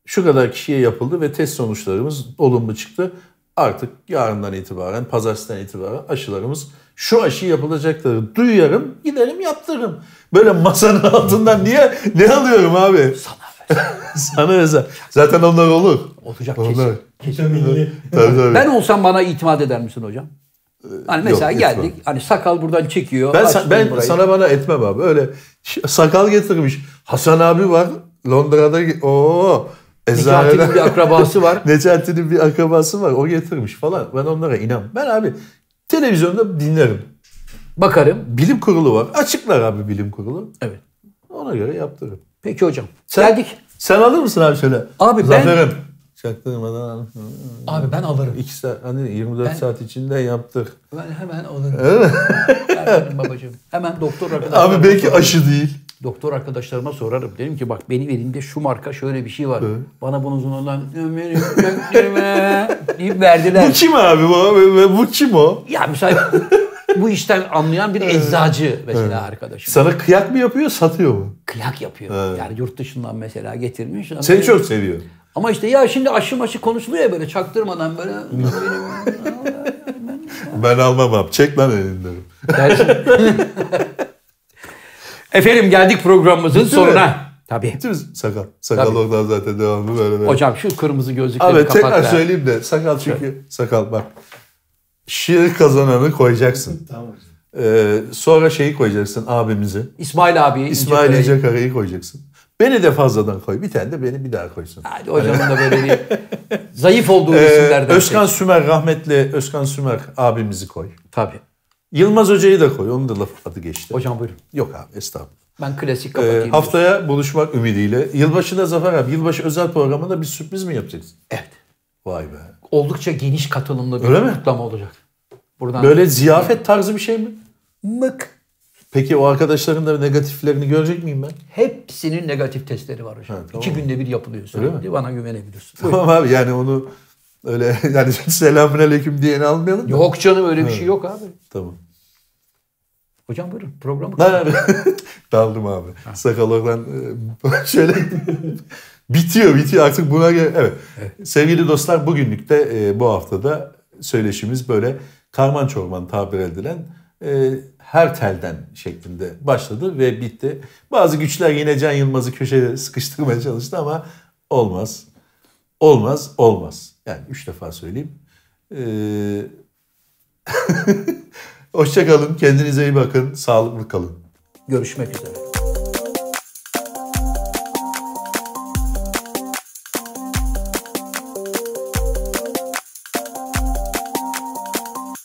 [SPEAKER 2] Şu kadar kişiye yapıldı ve test sonuçlarımız olumlu çıktı. Artık yarından itibaren, pazartesiden itibaren aşılarımız şu aşı yapılacakları duyarım, giderim yaptırırım. Böyle masanın altından niye ne alıyorum abi?
[SPEAKER 1] Sana versin.
[SPEAKER 2] Sana özel. Zaten onlar olur.
[SPEAKER 1] Olacak
[SPEAKER 2] Onlar.
[SPEAKER 1] kesin.
[SPEAKER 3] Vitaminli.
[SPEAKER 2] Tabii tabii.
[SPEAKER 1] Ben olsam bana itimat eder misin hocam? Hani mesela
[SPEAKER 2] Ee, yok,
[SPEAKER 1] geldik.
[SPEAKER 2] etmem.
[SPEAKER 1] Hani sakal buradan çekiyor.
[SPEAKER 2] Ben,
[SPEAKER 1] açtım
[SPEAKER 2] sa- ben
[SPEAKER 1] burayı.
[SPEAKER 2] sana bana etmem abi. Öyle ş- sakal getirmiş. Hasan abi var. Londra'da o
[SPEAKER 1] Necati'nin bir akrabası var.
[SPEAKER 2] Necati'nin bir akrabası var. O getirmiş falan. Ben onlara inan. Ben abi televizyonda dinlerim.
[SPEAKER 1] Bakarım.
[SPEAKER 2] Bilim kurulu var. Açıklar abi bilim kurulu.
[SPEAKER 1] Evet.
[SPEAKER 2] Ona göre yaptırırım.
[SPEAKER 1] Peki hocam.
[SPEAKER 2] Sen-
[SPEAKER 1] Geldik.
[SPEAKER 2] Sen alır mısın abi şöyle?
[SPEAKER 1] Abi ben-
[SPEAKER 2] Zaferim. Çaktırmadan al.
[SPEAKER 1] Abi ben alırım.
[SPEAKER 2] İki saat, hani 24
[SPEAKER 1] Ben-
[SPEAKER 2] saat içinde yaptık.
[SPEAKER 1] Ben hemen alırım. Hemen babacığım. Hemen doktor arkadaşlarıma,
[SPEAKER 2] Abi belki aşı değil.
[SPEAKER 1] doktor arkadaşlarıma sorarım. Dedim ki bak benim elimde şu marka şöyle bir şey var. Bana bunun sonundan ömrüm çöktüme deyip verdiler.
[SPEAKER 2] Bu kim abi bu? Bu kim o?
[SPEAKER 1] ya mesela bu işten anlayan bir eczacı mesela arkadaşım.
[SPEAKER 2] Sana kıyak mı yapıyor, satıyor mu?
[SPEAKER 1] Kıyak yapıyor. Yani yurt dışından mesela getirmiş. Ama-
[SPEAKER 2] Seni çok seviyor.
[SPEAKER 1] Ama işte ya şimdi aşı maşı konuşuluyor ya böyle çaktırmadan böyle.
[SPEAKER 2] Ben almam abi. Çek lan elinden.
[SPEAKER 1] Dersin. Efendim geldik programımızın sonuna. Tabii.
[SPEAKER 2] Değil mi? Sakal. Sakal
[SPEAKER 1] Tabii.
[SPEAKER 2] oradan zaten devamlı böyle böyle.
[SPEAKER 1] Hocam şu kırmızı gözlükleri
[SPEAKER 2] Abi
[SPEAKER 1] kapat.
[SPEAKER 2] tekrar
[SPEAKER 1] be.
[SPEAKER 2] söyleyeyim de sakal çünkü sakal bak. Şiir kazananı koyacaksın.
[SPEAKER 3] Tamam hocam.
[SPEAKER 2] Ee, sonra şeyi koyacaksın abimizi.
[SPEAKER 1] İsmail abi.
[SPEAKER 2] İsmail İnce Kara'yı koyacaksın. Beni de fazladan koy. Bir tane de beni bir daha koysun.
[SPEAKER 1] Hadi hocamın da böyle bir zayıf olduğu
[SPEAKER 2] Ee,
[SPEAKER 1] isimlerden.
[SPEAKER 2] Özkan
[SPEAKER 1] seç.
[SPEAKER 2] Sümer rahmetli Özkan Sümer abimizi koy.
[SPEAKER 1] Tabii.
[SPEAKER 2] Yılmaz Hoca'yı da koy. Onun da laf adı geçti.
[SPEAKER 1] Hocam buyurun.
[SPEAKER 2] Yok abi estağfurullah.
[SPEAKER 1] Ben klasik
[SPEAKER 2] Ee,
[SPEAKER 1] kapatayım.
[SPEAKER 2] haftaya buluşmak ümidiyle. Yılbaşında Zafer abi yılbaşı özel programında bir sürpriz mi yapacaksın?
[SPEAKER 1] Evet.
[SPEAKER 2] Vay be.
[SPEAKER 1] Oldukça geniş katılımlı bir
[SPEAKER 2] Öyle mi?
[SPEAKER 1] kutlama olacak. Buradan
[SPEAKER 2] Böyle ziyafet tarzı bir şey mi?
[SPEAKER 1] mık
[SPEAKER 2] Peki o arkadaşların da negatiflerini görecek miyim ben?
[SPEAKER 1] hepsinin negatif testleri var hocam.
[SPEAKER 2] Ha, tamam.
[SPEAKER 1] İki günde bir yapılıyor sürekli. Bana güvenebilirsin.
[SPEAKER 2] Tamam abi yani onu öyle yani selamünaleyküm diyeni almayalım. da.
[SPEAKER 1] Yok canım öyle bir şey yok abi.
[SPEAKER 2] Tamam.
[SPEAKER 1] Hocam buyurun programı
[SPEAKER 2] Lan abi. Daldım abi. Sakal oradan e, şöyle bitiyor bitiyor artık buna gel. Evet. Sevgili dostlar bugünlük de e, bu haftada söyleşimiz böyle karman çorman tabir edilen e, her telden şeklinde başladı ve bitti. Bazı güçler yine Can Yılmaz'ı köşeye sıkıştırmaya çalıştı ama olmaz. Olmaz, olmaz. Yani üç defa söyleyeyim. Ee, Hoşça kalın, kendinize iyi bakın, sağlıklı kalın.
[SPEAKER 1] görüşmek üzere.